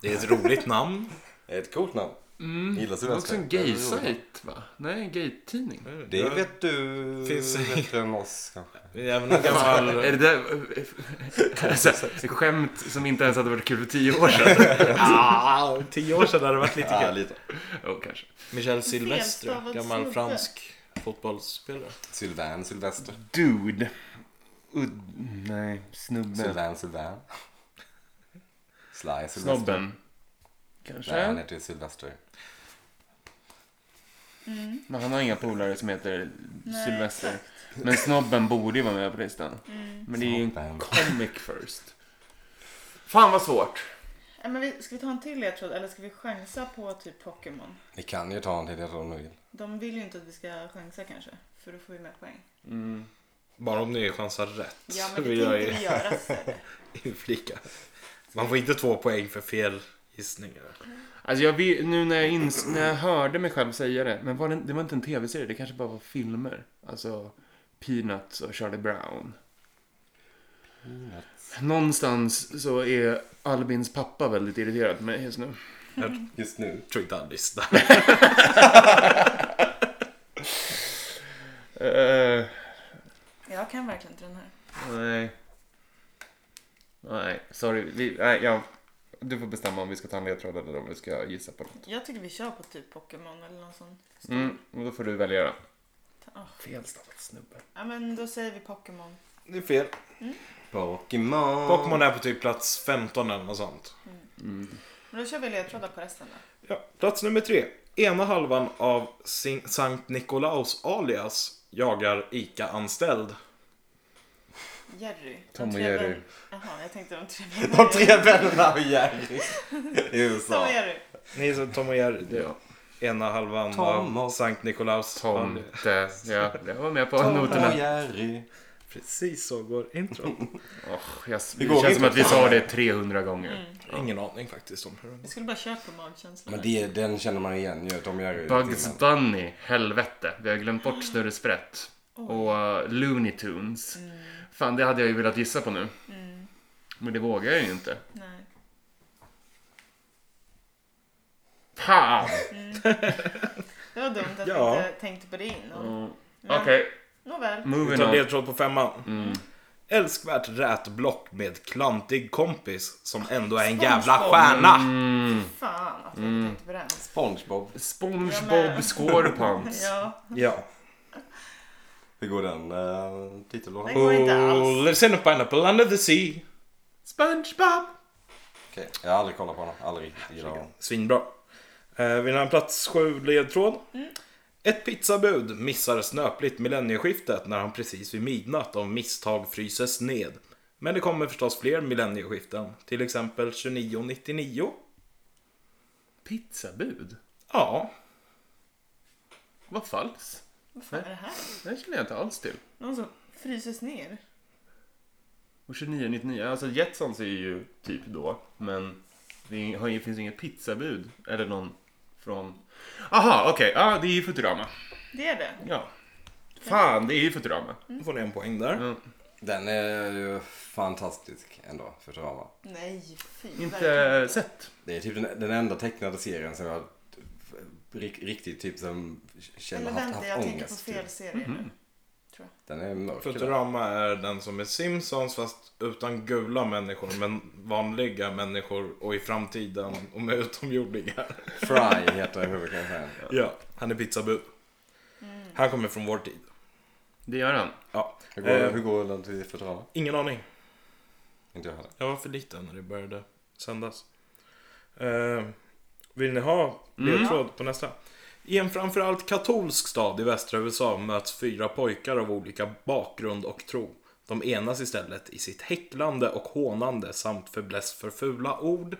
Det är ett roligt namn.
Det är ett coolt namn.
Mm.
Gillar
Det var också en
svenskar.
gay-sajt, va? Nej, en gay-tidning.
Det vet du
Finns-
bättre än oss kanske.
Även en (laughs)
Fan,
gammal...
är det där... (laughs) Alltså, ett skämt som inte ens hade varit kul för tio år sedan.
Ah, tio år sedan hade det varit lite
Ja,
kul.
lite.
oh, kanske.
Michel Silvestre,
Felstavad
gammal
snubbe.
fransk fotbollsspelare.
Sylvain Sylvester.
Dude. Ud... Nej, snubben.
Sylvain Sylvain. Sly Sylvester.
Snobben.
Nej, han
Kanske.
heter ju Sylvester.
Men han har inga polare som heter
Nej,
Sylvester. Men snobben borde ju vara med på listan. Men det är ju en
Snobben.
comic first. Fan vad svårt.
Ja, men vi, ska vi ta en till ledtråd eller ska vi chansa på typ Pokémon?
Ni kan ju ta en till det om ni vill.
De vill ju inte att vi ska chansa kanske. För då får vi mer poäng.
Bara om ni chansar rätt.
Ja men det
vill
tänkte
jag
vi göra. (laughs) så här.
inflika. Man får inte två poäng för fel gissningar.
Alltså jag vill, nu när jag, ins- när jag hörde mig själv säga det, men var det, det var inte en tv-serie, det kanske bara var filmer. Alltså Peanuts och Charlie Brown. Någonstans så är Albins pappa väldigt irriterad på mig just nu.
Just nu.
tror inte han lyssnar.
Eh,
Jag kan verkligen inte den här.
nej. Nej, sorry. Vi, nej, ja. Du får bestämma om vi ska ta en ledtråd eller om vi ska gissa på något.
Jag tycker vi kör på typ Pokémon eller någon sån. stor-
Mm, och då får du välja då.
Ah.
Felstavat snubbe.
Ja men då säger vi Pokémon.
Det är fel.
Pokémon.
Pokémon är på typ plats 15 eller något sånt.
Men då kör vi ledtrådar på resten då.
Ja, plats nummer tre. Ena halvan av Sin- Sankt Nikolaus alias jagar ICA-anställd.
Jerry. De
Tom och
tre
Jerry.
vän- Jaha, jag tänkte de tre vännerna.
(laughs) De tre vännerna och Jerry. I
Tom
USA.
och Jerry.
Ni som Tom och Jerry.
Det är jag.
Ena halvan
Tom
av
och-
Sankt Nikolaus alias.
Tomte. Ja, jag var med på noterna.
och Jerry.
Precis så går intro. (laughs)
Åh, jag,
Det
det
går
känns
inte
som att vi
att
sa
ta
det 300 gånger.
Mm.
Ingen aning faktiskt om hur den
Vi skulle bara köra på magkänslan.
Men det, den känner man igen ju. Tom och Jerry.
Bugs Bunny, helvete. Vi har glömt bort Snurre Sprätt. Och eh, Looney Tunes. Fan, det hade jag ju velat gissa på nu.
Mm,
Men det vågar jag ju inte.
nej.
Fan!
Det var dumt att
Ja.
vi inte tänkte på det innan.
Mm.
Men,
Okej,
Nåväl.
Vi
moving
tar
on.
ledtråd på femman.
Mm.
Älskvärt rätblock med klantig kompis som ändå är en jävla
SpongeBob.
stjärna.
Mm.
Fan att jag
Mm.
inte tänkte på den.
Spongebob.
Jag
Spongebob
med.
Squarepants.
(laughs) Ja,
Ja.
Hur går den uh,
det
titellåten?
går inte
Oh,
alls.
lives in a pineapple under the sea.
Spongebob!
Okej, jag har aldrig kollat på honom. Aldrig riktigt gillat honom.
Svinbra. Eh, vill ni ha en plats sju ledtråd?
Mm.
Ett pizzabud missar snöpligt millennieskiftet när han precis vid midnatt av misstag fryses ned. Men det kommer förstås fler millennieskiften. Till exempel 2999.
Pizzabud?
Ja,
Vad falskt.
Vad fan är det här?
Det känner jag inte alls till.
Någon som fryses ner.
Och 29,99. Alltså Jetsons är ju typ då. Men det har ju- finns inget pizzabud. Eller någon från... Aha, okej. Ja, det är ju Futurama.
Det är det.
Ja. Fan, det är ju Futurama.
då får ni en poäng där.
Mm.
Den är ju fantastisk ändå, Futurama.
Nej, fy. verkligen
Inte sett.
Det är typ den, den enda tecknade serien som jag rik, riktigt typ som k- känner
Eller
haft,
vänta,
haft
jag tänker på
ångest. typ.
Mm-hmm.
fel serie nu. tror jag.
Den är mörk. idag.
Futurama är den som är Simpsons fast utan gula människor men vanliga människor och i framtiden och med utomjordingar.
Fry heter huvudkaraktären.
Ja, han är pizzabud. Han kommer från vår tid.
Det gör han.
Ja.
Hur går,
Eh.
hur går den till Futurama?
Ingen aning.
Inte jag heller.
Jag var för liten när det började sändas. Eh, vill ni ha ledtråd på nästa? I en framförallt katolsk stad i västra USA möts fyra pojkar av olika bakgrund och tro. De enas istället i sitt häcklande och hånande samt förbläss för fula ord.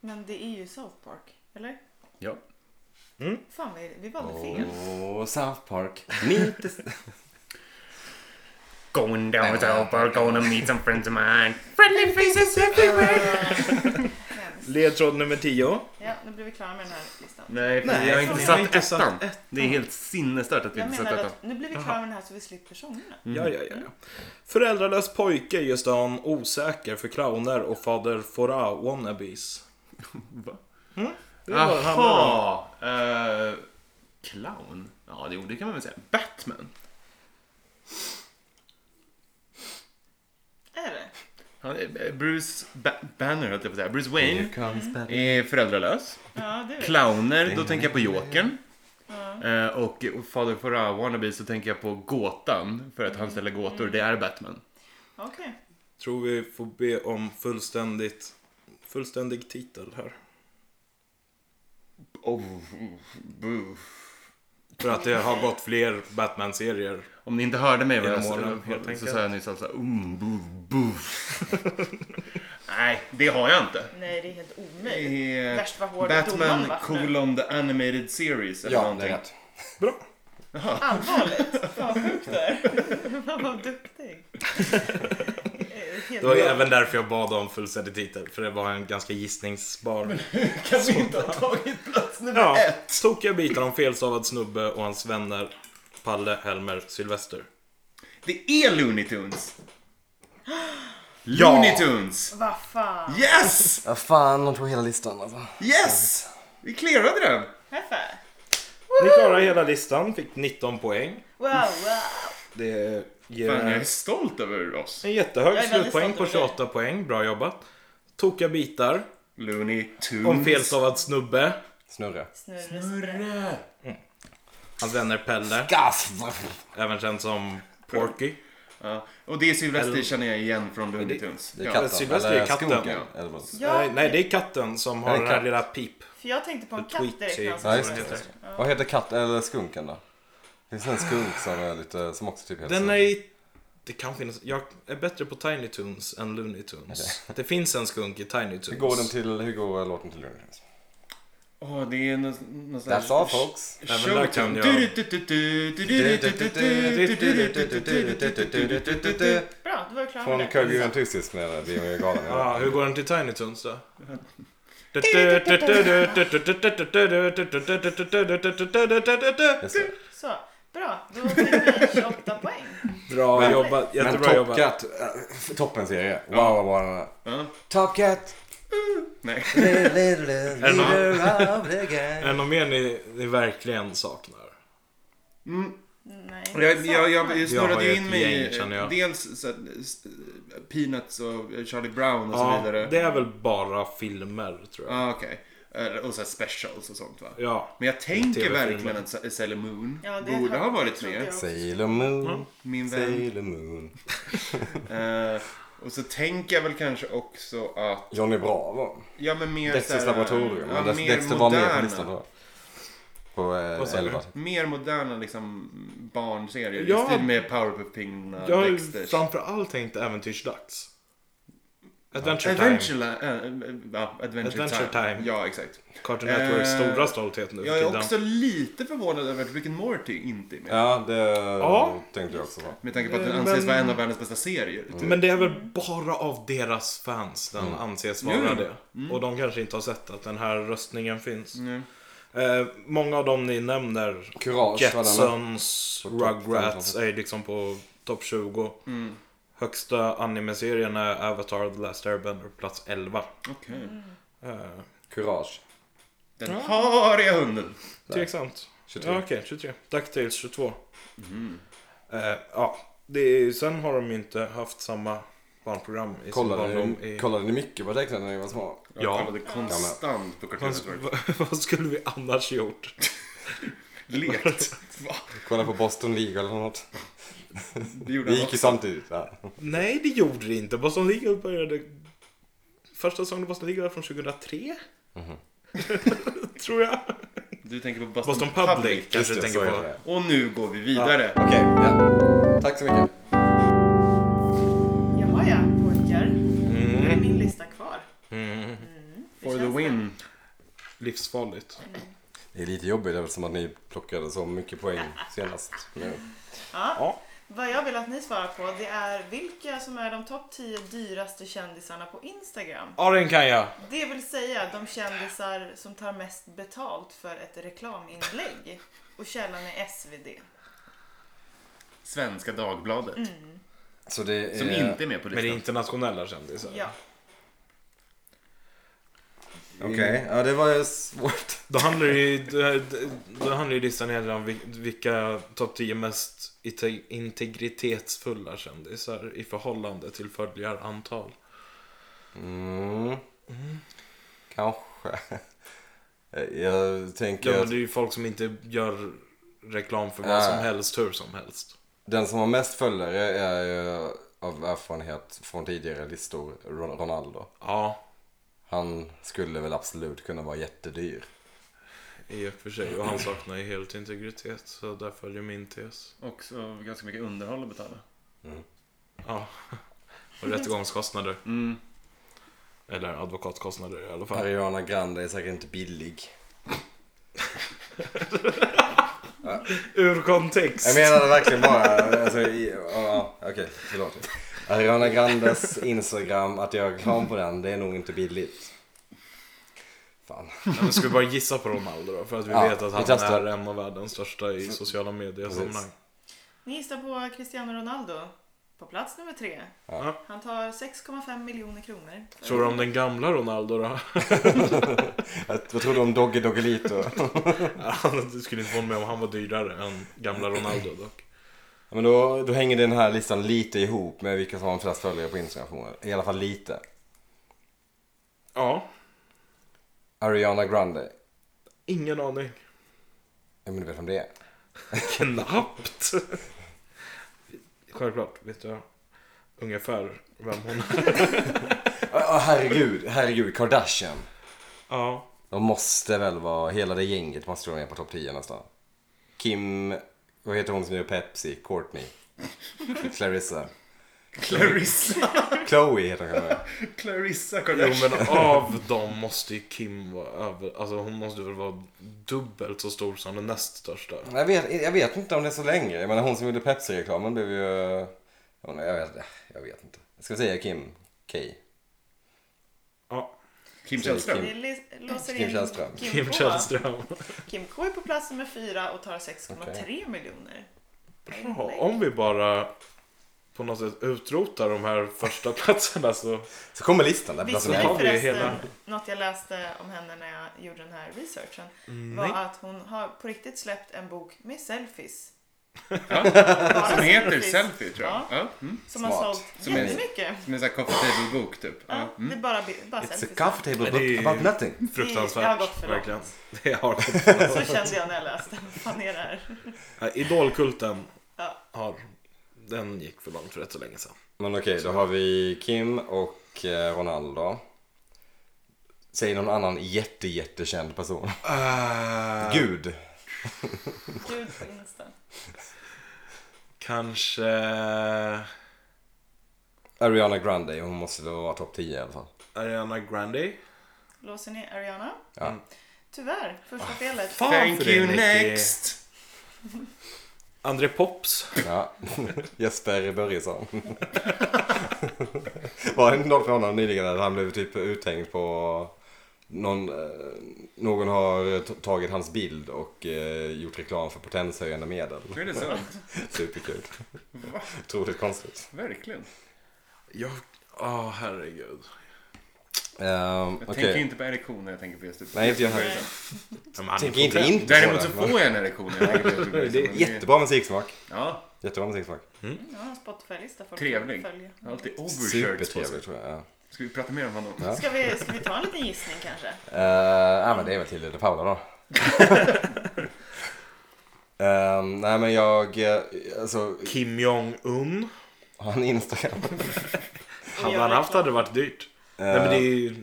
Men det är ju South Park, eller?
Ja.
Fan, vi, vi valde fel.
Åh, South Park. Lite...
Going down to Opal, gonna meet some friends of mine. Friendly faces
Hemskt.
Ledtråd nummer 10.
Ja, nu blir vi klara med den här listan.
Nej, Nej jag har inte
vi
har
satt
inte satt
ettan. Det är helt sinnesstört att vi
Jag
inte satt
menar
ettan.
att nu blir vi klara med den här så vi slipper sångerna.
Ja, ja, ja. ja. Föräldralös pojke gör stan osäker för clowner och fader Fora wannabes. Mm,
Va?
Det är vad det handlar om.
Jaha! eh, clown? Ja, det, det kan man väl säga. Batman?
Är det?
Han, eh, Bruce ba- Banner, höll jag på att säga. Bruce Wayne
comes Batman.
är föräldralös.
Ja, det är det.
Clowner, då tänker jag på Jokern. Eh, och och Father Fora Wannabe så tänker jag på Gåtan, för att han ställer gåtor. Det är Batman.
Okej.
Tror vi får be om fullständigt, fullständig titel här.
Oh,
För att det har gått fler Batman-serier.
Om ni inte hörde mig vad jag
Genom åren,
sa,
helt
så
enkelt.
sa jag nyss alltså um, boof, boof. (laughs) Nej, det har jag inte.
Nej, det är helt omöjligt.
Det
Värst vad
är
hård domaren
Batman
vart nu.
colon the animated series eller
Ja, det
någonting. (laughs)
är rätt.
Bra.
Allvarligt. (laughs) Fan vad sjukt du är. Fan vad (laughs) duktig. Eh, Helt
Det var ju även därför jag bad om fullständig titel. För det var en ganska gissningsbar.
Kan vi inte ha tagit plats nummer
Ja,
ett?
tokiga bitar om felstavad snubbe och hans vänner Palle, Helmer, Sylvester.
Det är Looney Tunes! Looney Tunes!
Vad fan.
Yes!
Ja, fan, de tog hela listan alltså.
Yes! Vi clearade den!
High-five.
Ni klarade hela listan, fick 19 poäng.
Wow, wow.
Det ger
Fan, jag är stolt över oss.
en
Jag
jättehög
är väldigt
slutpoäng på
stolt över
28 poäng. Bra jobbat. Tokiga bitar
Looney Tunes.
om felstavad snubbe.
Snurra.
Snurre.
Hans vänner Pelle,
Gas!
även känd som Porky.
Ja. Och det är Sylvester känner jag igen från Looney Tunes.
Det är
Ja.
katten.
Sylvester är
eller
katten.
Skogen.
Ja.
Eller vad?
Ja,
Nej, nej, det är katten som
det
har
är
den här
katt.
lilla pip.
för jag tänkte på en
Tweety.
katt direkt. när jag sa
Ja, just
det.
det. Vad heter katten, eller skunken då? Finns det en skunk som är lite, som också typ heter
Den
så?
är i... Det kan finnas... Jag är bättre på Tiny Toons än Looney Tunes. Det finns en skunk i Tiny Toons.
Hur går den till, hur går låten till Looney Tunes?
Åh, det är någon, någon sån här...
That's all folks.
Även där kan jag-
Bra, då var jag klar
Från
med
Curb Your
det.
Enthusiasm när det blir galen.
Ja, hur går den till Tiny Toons då?
Just det.
Så, bra. Då fick vi 28 poäng.
Bra
Men-
jobbat,
Men
jättebra
Top
jobbat.
Cat, äh, toppenserie. Wow, vad bra den är.
Ja,
Top
(laughs)
Cat!
nej.
det någon-
Leader of the
Är
gang.
det något mer ni, ni verkligen saknar?
Nej.
Jag, jag, jag, jag
Jag har
snurrade
ju
ju
ett
in mig
gäng, känner
i
jag.
dels så här, s- Peanuts och Charlie Brown och så
Ja,
vidare.
det är väl bara filmer tror jag.
Ja, okej. Eh, Och så här specials och sånt va.
Ja.
Men jag tänker
TV-filmer.
verkligen att Sa- Sailor Moon
Ja, det
borde ha
har-
varit
trodde
med.
jag.
Sailor Moon,
Min vän.
Sailor Moon.
Eh, och så tänker jag väl kanske också att,
Johnny Bravo.
ja men mer
Dexters
så här,
laboratorium.
ja,
Men Dex-
mer
Dexter var med på
moderna.
listan då. På
Vad
eh,
sa du?
11.
Mer moderna liksom barnserier
Ja.
i stil med Powerpuff Piggarna,
Jag har ju
Dexters.
framförallt tänkt Äventyrsdags. Adventure Time.
Adventure, Li- eh, eh, ja, Adventure,
Adventure
Time.
Time.
Ja, exakt.
Cartoon Networks
Eh,
stora stolthet nu
Jag
för
är
tiden.
också lite förvånad över att Rick and Morty inte är med.
Ja, det
Ja.
tänkte jag också på.
Med tanke på att
Eh,
den anses
men-
vara en av världens bästa serier.
Mm.
typ.
Men det är väl bara av deras fans den anses vara
Jo.
det. Och de kanske inte har sett att den här röstningen finns.
Mm.
Eh, många av dem ni nämner,
Courage var den.
Jetsons,
På topp
Rugrats,
15.
är liksom på topp 20.
Mm.
Högsta animeserien är Avatar The Last Airbender, plats 11.
Okej.
Eh,
Courage.
Den har jag hunden.
Tveksamt.
23.
Ja, okej, 23. DuckTales 22. Eh, ja, det är, sen har de ju inte haft samma barnprogram i sin
Kollade
barndom.
ni,
i-
kollade ni mycket på tecknade när ni var små?
Jag
Ja.
kollade konstant på Cartoon
Vad-
Network.
vad- Vad skulle vi annars gjort?
Lekt. Va?
Kollade på Boston League eller något?
Det gjorde han
Vi gick ju
också.
samtidigt. Ja.
Nej, det gjorde det inte. Boston Legal började... Första säsongen av Boston Legal var från 2003. (laughs) Tror jag.
Du tänker på Boston,
Boston Public kanske
Just
du
det, så
tänker
är
på.
det.
Och nu går vi vidare.
Okej, ja. Tack så mycket.
Jaha ja, pojkar. Då är min lista kvar. Det
For the
känns
win.
Livsfarligt.
Det är lite jobbigt eftersom att ni plockade så mycket poäng senast. Men,
Ja.
Vad jag vill att ni svarar på det är vilka som är de topp 10 dyraste kändisarna på Instagram.
Ja, den kan jag.
Det vill säga de kändisar som tar mest betalt för ett reklaminlägg. Och källan är SvD.
Svenska Dagbladet.
Mm.
så Eh, det är...
Som inte är med på
Men det är
listan.
internationella kändisar.
Ja.
Okej,
Mm.
ja det var ju svårt.
Då handlar det ju, då, då handlar ju listan egentligen om vil- vilka topp 10 mest inte- integritetsfulla kändisar i förhållande till följarantal.
Mm. Kanske. Jag tänker
Ja,
att
det är ju folk som inte gör reklam för vad som
Nej.
helst hur som helst.
den som har mest följare är ju av erfarenhet från tidigare listor Ron- Ronaldo.
Ja,
Han skulle väl absolut kunna vara jättedyr.
i och för sig. Och han saknar ju helt integritet. Så där följer min tes.
Och så ganska mycket underhåll att betala.
Ja. Och rättegångskostnader.
Mm.
Eller advokatkostnader i alla fall.
Ariana Grande är säkert inte billig.
(laughs) Ur kontext.
Jag menade verkligen bara, alltså, i- ja, okej, förlåt. Ariana Grandes Instagram, att jag har reklam på den, det är nog inte billigt. Fan.
Ja, men ska vi bara gissa på Ronaldo då? För att vi
Ja,
vet att
vi
han
testar.
är en av världens största i sociala medier sammanhang.
Ni gissar på Cristiano Ronaldo. På plats nummer tre.
Ja.
Han tar 6,5 miljoner kronor.
Tror du om den gamla Ronaldo (laughs) då?
Jag, vad tror du om Doggy Doggelito?
Han det skulle inte vara med om han var dyrare än gamla Ronaldo dock.
Ja, men då, då hänger den här listan lite ihop med vilka som har flest följare på Instagram förmodligen. I alla fall lite.
Ja,
Ariana Grande.
ingen aning.
Ja men du vet vem det är?
Knappt. Självklart vet jag ungefär vem hon är.
Åh åh, herregud, herregud, Kardashian.
Ja.
De måste väl vara, hela det gänget måste vara med på topp 10 nästan. Kim, vad heter hon som gör Pepsi? Courtney. Clarissa.
Clarissa.
Chloe heter hon kanske.
Clarissa
Jo
Kardashian.
men av dem måste ju Kim vara över, alltså hon måste väl vara dubbelt så stor som den näst största.
Jag vet, jag vet inte om det är så länge. Jag menar hon som gjorde Pepsi-reklamen blev ju... Jag, menar, jag, vet, jag vet inte. Ska vi säga Kim K?
Ja,
Kim Källström.
Vi li- låser
Kim
in
Källström.
Kim,
Kim
K.
Källström.
Kim K är på plats nummer fyra och tar 6,3 miljoner.
Ja, om vi bara på något sätt utrotar de här första platserna så...
Så kommer listan där.
Visste
platsen är.
har vi
ni
ju
förresten,
hela-
något jag läste om henne när jag gjorde den här researchen,
Mm.
var att hon har på riktigt släppt en bok med selfies. (laughs) Bara
Som heter
selfies.
Selfie tror jag.
Ja.
Ja. Mm.
Som
Smart.
har sålt
Som är-
jättemycket.
Som en sån här coffee table-bok typ.
Ja,
Ja. Mm.
Det är bara, bi- bara
It's a
selfies.
coffee table
Men det är
book
ju-
about nothing.
Det har gått
Fruktansvärt,
för långt.
verkligen. (laughs) Det har gått
(laughs) Så kände jag när jag läste. Vad fan är det här?
Nej, Idolkulten
Ja.
har... Den gick för långt för rätt så länge sedan.
Men okej, då har vi Kim och eh, Ronaldo. Säg någon annan jätte, jättekänd person. Gud.
Gud finns det.
Kanske...
Ariana Grande, hon måste då vara topp 10 i alla fall.
Ariana Grande?
Låser ni Ariana?
Ja.
Mm.
Tyvärr, första
Ah,
felet.
Fan
Thank
för det,
you
Nicky.
next.
André Pops?
Ja. (laughs) Jesper Börjesson. (laughs) Var det något för honom nyligen att han blev typ uthängd på någon, eh, någon har t- tagit hans bild och eh, gjort reklam för potenshöjande medel.
Nu är det sant.
Superkul. Otroligt konstigt.
Verkligen.
Jag... Åh, herregud.
Ehm,
Jag
Okej.
tänker ju inte på erektion när jag tänker på just det.
Nej, inte jag heller.
Nej.
Men man är
Tänker inte
potent.
inte på
Däremot så
det,
får jag en erektion när jag tänker på just det.
men- Jättebra musiksmak.
Ja,
Jättebra musiksmak.
Jag har en Spotify-lista folk
Trevlig.
kan följa.
jag har alltid overshirts på sig.
Supertrevligt tror jag. Ja.
Ska vi prata mer om honom?
Ja.
Ska vi, ska vi ta en liten gissning kanske?
Eh, ja, men det är väl till Lille Paula
(laughs)
då. Ehm, nej men jag, eh, alltså,
Kim Jong-Un.
har han Instagram?
Hade han haft hade det varit dyrt. Nej, men det är ju,
Eh,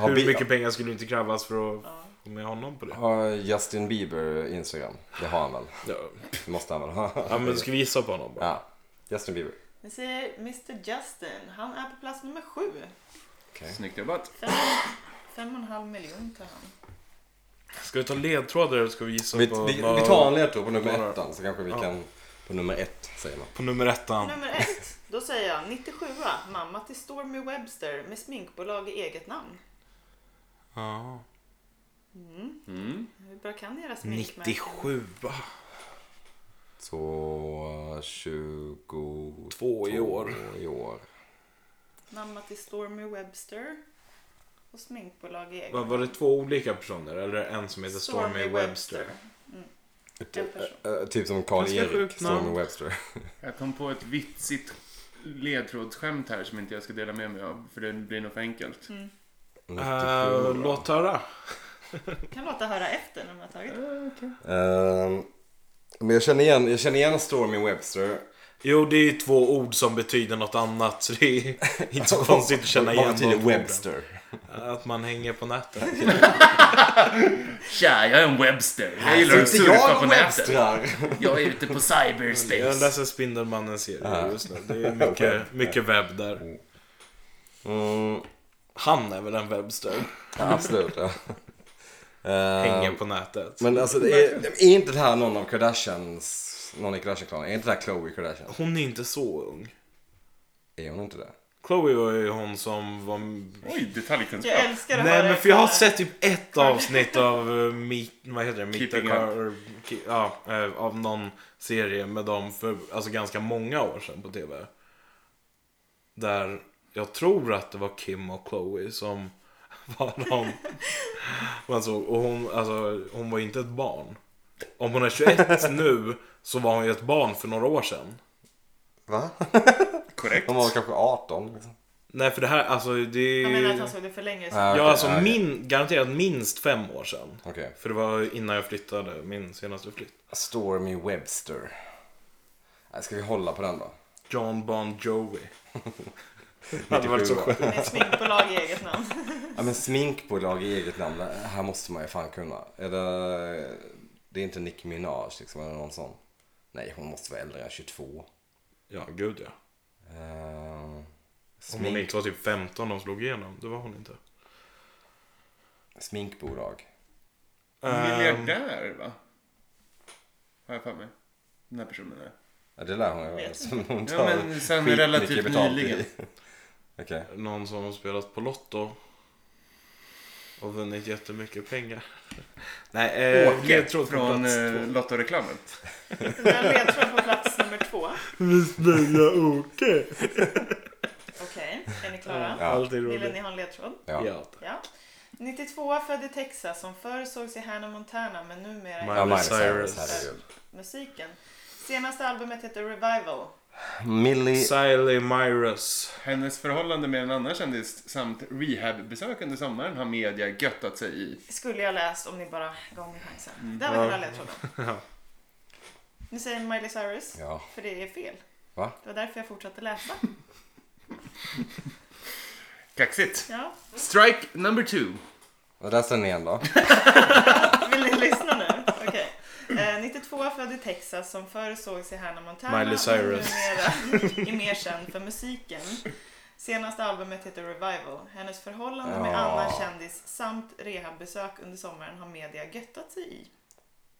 har,
hur
Bi-
mycket pengar skulle inte krävas för att
Ja.
få med honom på det?
har Justin Bieber Instagram? Det har han väl?
Ja,
Det måste han väl ha?
ja men ska vi gissa på honom bara?
(laughs) ja, Justin Bieber.
Vi säger Mr Justin. Han är på plats nummer sju.
Snyggt jobbat.
Fem, fem och en halv miljon tar han.
Ska vi ta ledtrådar eller ska vi gissa
Vi,
på,
vi,
vad-
vi tar en ledtråd på nummer
Bara-
ettan så kanske vi
Ja.
kan, på nummer ett säger man.
på nummer ettan?
Nummer ett. Då säger jag 97 mamma till Stormy Webster med sminkbolag i eget namn.
Ja.
Mm.
Hur bra kan ni era sminkmärken?
97
Så 22
Två i år.
i år.
Mamma till Stormy Webster och sminkbolag i eget
Var, var det två olika personer eller en som heter
namn.
Stormy Webster?
En person.
Eh, typ som Karl-Erik,
sjukt namn.
Stormy
Eh,
Webster.
Jag kom på ett vitsigt ledtrådsskämt här som inte jag ska dela med mig av för det blir nog för enkelt.
Uh, låt höra.
Kan låta höra efter när man har tagit det.
Ehm, men jag känner igen, jag känner igen Stormy Webster.
Jo, det är två ord som betyder något annat så det
(laughs)
är inte så konstigt att känna igen
Vad betyder
de orden.
Webster?
Att man hänger
(laughs)
på nätet.
Tja, jag är en Webster. Jag gillar att
Alltså, inte
surfa på
jag
nätet.
Webstrar.
Jag är ute på
Jag
cyberspace.
läser
Ah.
Spindelmannen-serier just nu.
(laughs)
Det är mycket, mycket webb där.
Mm,
Han är väl en Webster?
ja, absolut. Ja. Ehm,
Hänger på nätet.
Men alltså, det är, är inte det här någon av Kardashians, någon i Kardashian-klanen? Är inte det här Khloe Kardashian?
Hon är inte så ung.
Är hon inte det?
Chloe var ju hon som var...
Oj, detaljkunskap.
Jag älskar att
Nej
höra
men
er
för jag har
tala.
sett typ ett avsnitt av eh, Meet, vad heter det? Meet the
Keeping
Car, Ki- ja, eh, av någon serie med dem för alltså ganska många år sedan på TV. Där jag tror att det var Kim och Chloe som (laughs) var de man såg. Och hon, alltså, hon var ju inte ett barn. Om hon är 21 nu så var hon ju ett barn för några år sedan.
Va?
Korrekt.
Hon var kanske 18 liksom.
Nej för det här, alltså det...
Jag menar att han såg det för länge sedan.
Ah, okej,
Ja, alltså
ah, okej.
min, garanterat minst fem år sedan.
Okej.
För det var innan jag flyttade, min senaste flytt.
Stormy Webster. Nej, Ska vi hålla på den då?
John Bon Jovi. (laughs) det hade varit så
97, va?
skönt.
Med sminkbolag i eget namn.
Ja, men sminkbolag i eget namn, det här måste man ju fan kunna. Är det, det är inte Nicki Minaj liksom, eller någon sån. Nej, hon måste vara äldre än 22.
Ja, gud ja.
Eh,
Om hon
smink,
inte var typ 15 de slog igenom, det var hon inte.
sminkbolag.
Miljardär, va? Har jag för mig. Den här personen är.
Ja, det lär hon ju
Vet
vara.
inte.
Som hon
Ja,
tar
men sen
skitmycket
relativt
betalt i.
nyligen.
(laughs) Okej.
Någon som har spelat på Lotto. Och vunnit jättemycket pengar. (laughs) Nej, eh,
Åke
ledtråd på
från
plats
eh,
två.
Lottoreklamen.
Den där ledtråd på plats nummer två.
(laughs) Visst lilla Åke.
Okej, är ni klara?
Ja.
Alltid
Ville ni
roligt.
ha en ledtråd?
Ja.
Ja.
Ja. 92 född i Texas som förr sågs i Hannah Montana men numera i
Miley
Ja, Miley Cyrus.
Cyrus.
Herregud.
musiken. Senaste albumet heter Revival.
Millie...
Siley Myrus.
Hennes förhållande med en annan kändis samt rehabbesök under sommaren har media göttat sig i.
Skulle jag läst om ni bara gav mig chansen.
Mm.
Där var hela
(laughs)
ledtråden. Nu säger Miley Cyrus,
Ja.
för det är fel.
Va?
Det var därför jag
(laughs)
fortsatte läsa.
Kaxigt.
Ja.
Strike number two.
Och där ser ni igen då.
Vill ni lyssna nu? Okej. Eh, 92 född i Texas som förr sågs i Hannah Montana
Miley Cyrus.
och numera är mer känd för musiken. Senaste albumet heter Revival. Hennes förhållande med
Ja.
annan kändis samt rehabbesök under sommaren har media göttat sig i.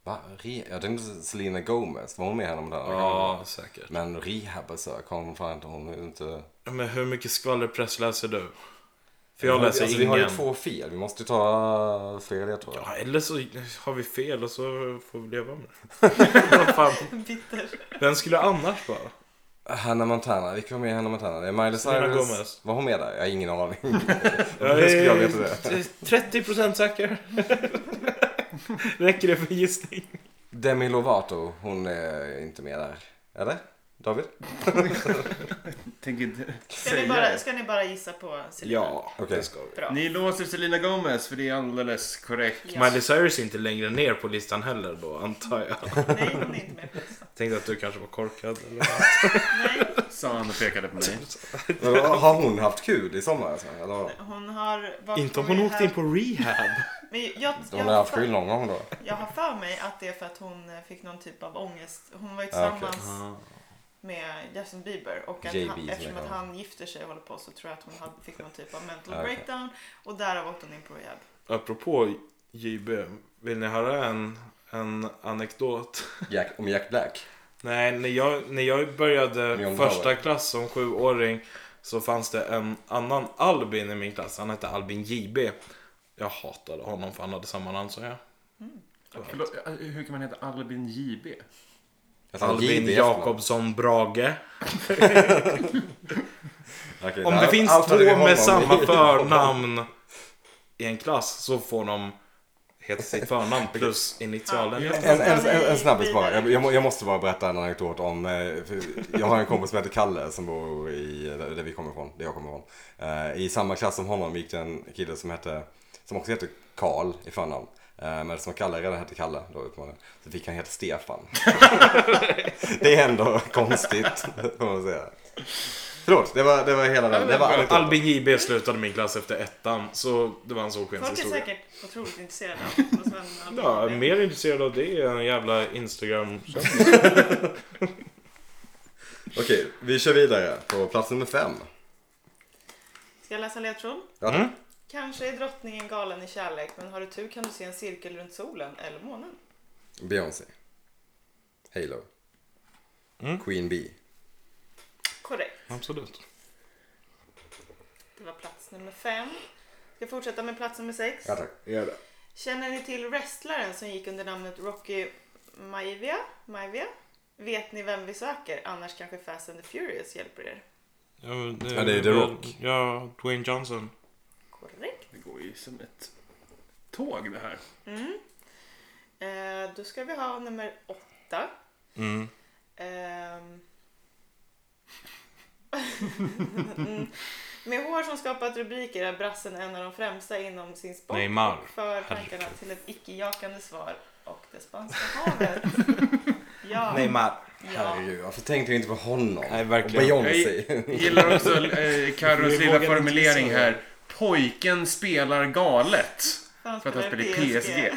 Va? Re... Jag tänkte Selena Gomez. Var hon med henne om den? här?
Ja, säkert.
Men rehabbesök har hon fan inte. Hon är inte...
Men hur mycket skvallerpress läser du? För jag
alltså,
läser
Vi har ju
ingen.
två fel. Vi måste ju ta fler ledtrådar.
Ja, eller så har vi fel och så får vi leva med det. (laughs) Vad fan,
Bitter.
Vem skulle annars vara?
Eh, Hanna Montana, vilka var med i Hanna Montana? Det är Miley
Selena
Cyrus.
Gomez.
Var hon med där? Jag har ingen
(laughs)
aning. (laughs) Hur skulle jag veta det?
30% Eh, säker. (laughs) Räcker det för gissning?
Demi Lovato, hon är inte med där. Eller?
(laughs)
David?
Tänker inte
Ska ni
säga
bara,
det.
ska ni bara gissa på Selena?
Ja,
Okej.
det ska vi.
Bra.
Ni låser Selena Gomez för det är alldeles korrekt.
Ja.
Miley Cyrus är inte längre ner på listan heller då, antar jag.
Nej, hon är inte med på listan.
Tänkte att du kanske var korkad eller vad?
Nej,
Sa han och pekade på mig.
Men vad- Har hon haft kul i sommar? Alltså? Eller, vad?
hon har... varit
Inte om hon
med
åkte
här-
in på rehab.
Men jag, jag,
hon har haft kul
för,
någon gång då?
jag har för mig att det är för att hon eh, fick någon typ av ångest. Hon var ju
Ja, okej.
tillsammans med Justin Bieber och att
JB
han,
Ah. som
eftersom
det
att
kallas.
han gifter sig och håller på så tror jag att hon hade, fick någon typ av mental
Ja, Ah, okej.
breakdown och därav åkte hon in på rehab.
Apropå JB, vill ni höra en, en anekdot?
Jack, om Jack Black?
Nej, när jag, när jag började
Mjölndal,
första
va?
klass som sjuåring så fanns det en annan Albin i min klass. Han hette Albin JB. Jag hatade honom för han hade samma namn som jag.
Förlåt, hur kan man heta Albin JB?
Jag sa
Albin
JB i efternamn.
Jakobsson Brage.
Okej,
Om
där
det finns två
outade vi honom. (laughs)
med samma förnamn i en klass så får de heta sitt förnamn plus initialen.
En, en, en, en snabbis bara. Jag, jag, må- jag måste bara berätta en anekdot om... eh, för Jag har en kompis som heter Kalle som bor i, där där vi kommer ifrån, där jag kommer ifrån. Eh, I samma klass som honom gick det en kille som hette, som också hette Karl i förnamn. Eh, Men som Kalle redan hette Kalle då uppenbarligen. Så fick han heta Stefan. det är ändå konstigt får man säga. Förlåt, det var, det var hela den. Det var anekdoten.
Albin JB slutade min klass efter ettan så det var en
Folk är
solskenshistoria.
säkert otroligt intresserade av vad som händer med
Ja,
Albin.
mer intresserad av det än jävla Instagram.
Okej, vi kör vidare på plats nummer fem.
Ska jag läsa ledtråd?
Ja,
Mm.
Kanske är drottningen galen i kärlek men har du tur kan du se en cirkel runt solen eller månen.
Beyoncé. Halo.
Mm.
Queen Bee.
Korrekt.
Absolut.
Det var plats nummer fem. Ska fortsätta med plats nummer sex.
Ja tack. Gör det.
Känner ni till wrestlaren som gick under namnet Rocky Maivia? Maivia? Vet ni vem vi söker? Annars kanske Fast and the Furious hjälper er.
Ja, men det,
Ja, det är The Rock.
Ja, Dwayne Johnson.
Korrekt.
Det går ju som ett tåg det här.
Mm. Eh, då ska vi ha nummer åtta.
Mm.
Ehm. (laughs) mm. Med hår som skapat rubriker är brassen en av de främsta inom sin sport.
Neymar.
och För tankarna
Herregud.
till ett icke-jakande svar och det spanska
(laughs)
havet. Ja.
Neymar.
ja.
Herregud, varför tänkte vi inte på honom?
Nej,
Och
verkligen.
Beyoncé. (laughs)
Jag gillar också eh, Carros
Vi
lilla
vågar
formulering
inte säga.
här. Pojken spelar galet. För att han spelar
Alltså,
i PSG.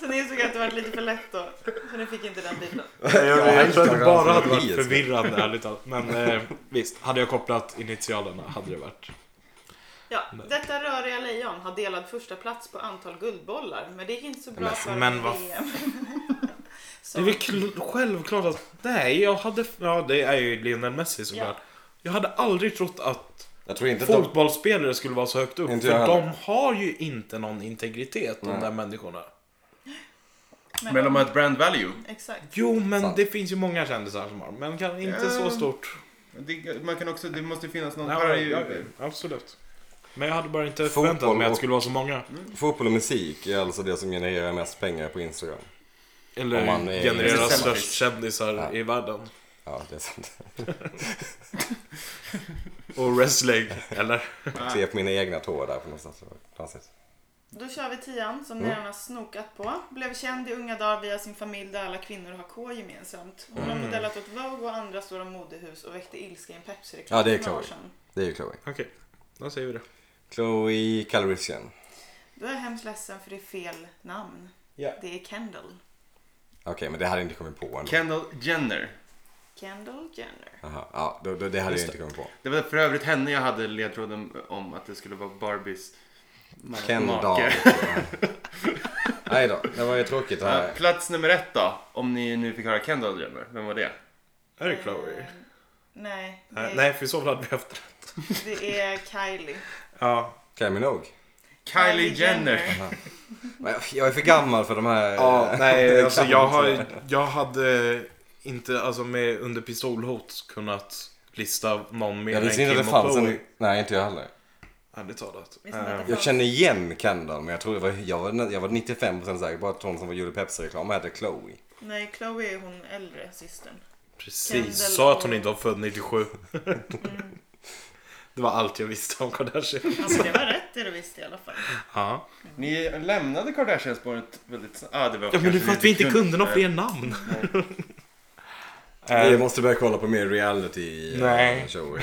Så ni insåg att det var lite för lätt då. Så ni fick inte den biten.
Jag, jag tror att
Alltså,
det bara hade varit
PSG.
förvirrande, ärligt talat. Men eh, visst, hade jag kopplat initialerna hade det varit.
Ja, detta röriga lejon har delad första plats på antal guldbollar. Men det gick inte så bra
Men-
för
men
men,
vad
VM. (laughs)
Det är väl kl- självklart att... Nej, jag hade... Ja, det är ju Lionel Messi såklart. Jag hade aldrig trott att
Jag tror inte att de...
fotbollsspelare skulle vara så högt upp.
Inte
för
jag heller.
de har ju inte någon integritet, de
Nej.
där människorna.
Men de har ett brand value.
Exakt.
Jo, men
Sant.
det finns ju många kändisar som har Men kan, inte så
Ja.
stort.
Det, man kan också, det måste finnas någon
Ja,
parallell.
ja, ja, absolut. Men jag hade bara inte
Fotboll
förväntat mig att det
och-
skulle vara så många.
Fotboll och musik är alltså det som genererar mest pengar på Instagram.
Eller
Om man är-
generera
Selfies.
störst kändisar
Ja.
i världen.
Ja, det är sant.
Och wrestling, eller?
Jag ser på mina egna tår där på något sätt. Konstigt.
Då kör vi tian som ni redan har snokat på. Blev känd i unga dagar via sin familj där alla kvinnor har K gemensamt. Hon
Mm.
har modellat åt Vogue och andra stora modehus och väckte ilska i en Pepsi-reklam
Ja, det är
för några år
Chloe.
sedan.
Det är ju Chloe.
Okej, då säger vi det.
Chloe Calrissian.
Då är jag hemskt ledsen för det är fel namn.
Ja.
Det är Kendall.
Okej, men det hade jag inte kommit på ändå.
Kendall Jenner.
Kendall Jenner.
Aha, ja, då, då, det hade jag inte kommit på.
Det var för övrigt henne jag hade ledtråden om att det skulle vara Barbies ma-
Kendall.
(laughs)
make.
Nej då, det var ju tråkigt det
Ja,
här.
Plats nummer ett då, om ni nu fick höra Kendall Jenner. Vem var det?
Är det
Eh,
Chloe?
nej, det
Nej,
är,
nej, för i så fall hade vi haft det.
det är Kylie.
Ja.
Kylie Minogue.
Kylie Jenner.
Men jag- Jag är för gammal för de här...
(laughs) ja nej, alltså jag, har, jag hade inte alltså med under pistolhot kunnat lista någon mer
Jag visste
än
inte att
Kim
det
och
fanns
Poe.
en... Nej, inte jag heller.
Ärligt talat. Eh,
Visste inte att det
Jag
fanns.
känner igen Kendall, men jag tror det var... Jag var, jag var 95% säker på att hon som var gjorde Pepsi-reklam hette Chloe.
Nej, Chloe är hon äldre systern. Kendall
Precis, sa att hon
och-
inte var född 97. (laughs) det var allt jag visste om Kardashian.
Ja, men Alltså, det var rätt det du visste i alla fall.
Ja.
Ni lämnade Kardashian-spåret väldigt snabbt. Ah, det var
ja, men det är
kanske
för att vi inte kunde några
eh,
fler namn. (laughs) Eh,
Vi måste börja kolla på mer reality eh, (laughs)
Nej.
shower.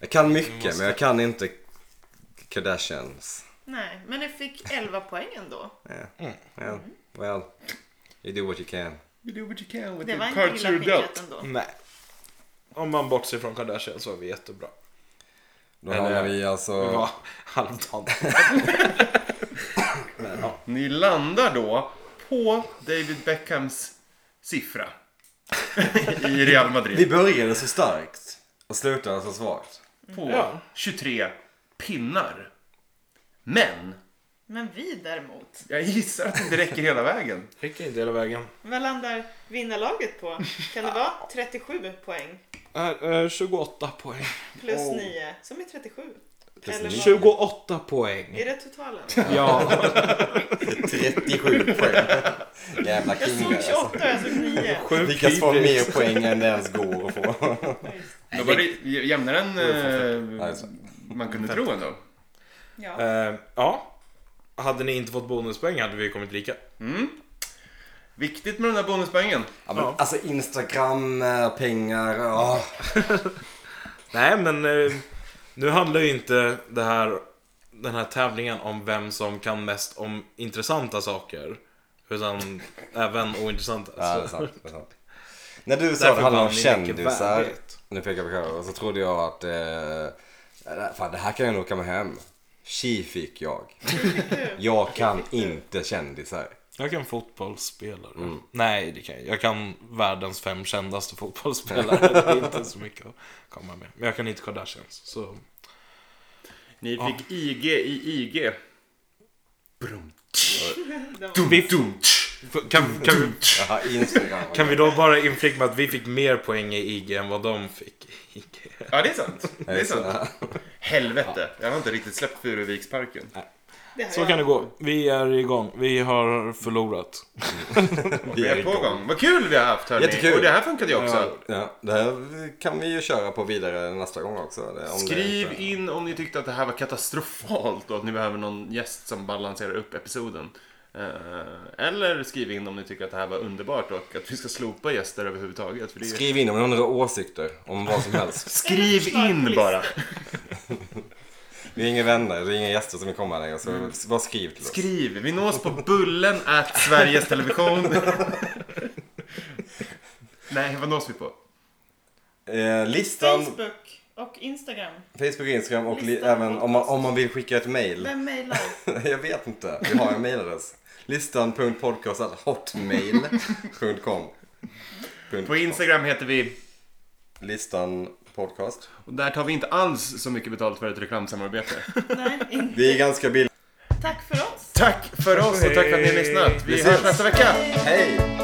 Jag kan mycket, men jag kan inte Kardashians.
Nej, men ni fick 11 poäng ändå.
Well, well, you do what you can.
You do what you can with
Det var
the
inte
cards
illa
you're
skickat
dealt.
ändå.
Nej. Om man bortser från Kardashian så är vi jättebra.
Då
Eller-
hamnar vi alltså...
Vi var halvdant.
Ni landar då på David Beckhams
(laughs)
siffra. I Real
Vi
Madrid.
började så starkt och slutade så svagt.
På
Ja.
23 pinnar. Men,
Men vi däremot.
jag gissar att det inte räcker hela (laughs) vägen.
Räcker inte hela vägen.
Vad landar vinnarlaget på? Kan det vara 37 poäng?
Här, eh, 28 poäng.
Plus 9, som är 37.
Plus
Eller
Mm.
nio.
vad-
28 poäng.
Är det totalen?
Ja.
37 (laughs) poäng. Jävla
Jag
kingar
såg
alltså.
28 och jag såg 9.
Lyckas få mer poäng än det ens går att få.
Då var det jämnare än
Ja, det är
eh,
så.
man kunde tro ändå.
Ja.
Eh, ja. Hade ni inte fått bonuspoäng hade vi kommit lika.
Viktigt med de där bonuspoängen.
Ja, men,
Ja.
Alltså Instagram, eh, pengar, ja.
Nej, men eh, nu handlar ju inte det här, den här tävlingen om vem som kan mest om intressanta saker. Utan även ointressanta.
Ja, det är
Så-
sant. Det är sant. När du sa
Därför
att det handlade om
vann ni mycket
kändisar,
värdigt.
nu pekar jag på Karo, så trodde jag att eh, fan, det här kan jag nog komma hem. Chi fick jag. Jag kan inte kändisar.
Jag kan fotbollsspelare. Nej, det kan jag Jag kan världens fem kändaste fotbollsspelare. (laughs) det är inte så mycket att komma med. Men jag kan inte Kardashians. Så.
Ni fick IG i IG.
Vi, kan, kan, vi,
Jaha, Instagram. (laughs)
kan vi då bara inflika med att vi fick mer poäng i IG än vad de fick i IG?
Ja, det är sant. Det är
(laughs) så-
sant. Helvete. Jag har inte riktigt släppt Furuviksparken.
Det här
Så kan det gå. Vi är igång. Vi har förlorat.
Vi
Vi
är
är på gång. Vad kul vi har haft hörni.
Jättekul.
Och det här funkade ju också.
Ja, det här kan vi ju köra på vidare nästa gång också. det- om det
Skriv
inte-
in om ni tyckte att det här var katastrofalt och att ni behöver någon gäst som balanserar upp episoden. Eh, Eller skriv in om ni tycker att det här var underbart och att vi ska slopa gäster överhuvudtaget. För det är...
Skriv in om ni har några åsikter om vad som helst.
Skriv in bara.
Vi är inga vänner, det är inga gäster som vill komma längre. Så
Mm.
bara skriv till oss.
Skriv. Vi nås på bullen at Sveriges Television. (laughs) Nej, vad nås vi på?
Eh, listan,
Facebook och Instagram.
Facebook och Instagram och li-
Listan
även om man, om man vill skicka ett mail. (laughs)
Vem mejlar?
Jag vet inte. Vi har en mailadress. Listan.podcast.hotmail.com
På Instagram heter vi
Listan podcast.
Och där tar vi inte alls så mycket betalt för ett reklamsamarbete.
Nej, inte.
Vi är ganska billiga.
Tack för oss.
Tack för oss och tack för att ni har lyssnat. Vi hörs nästa vecka.
Hej!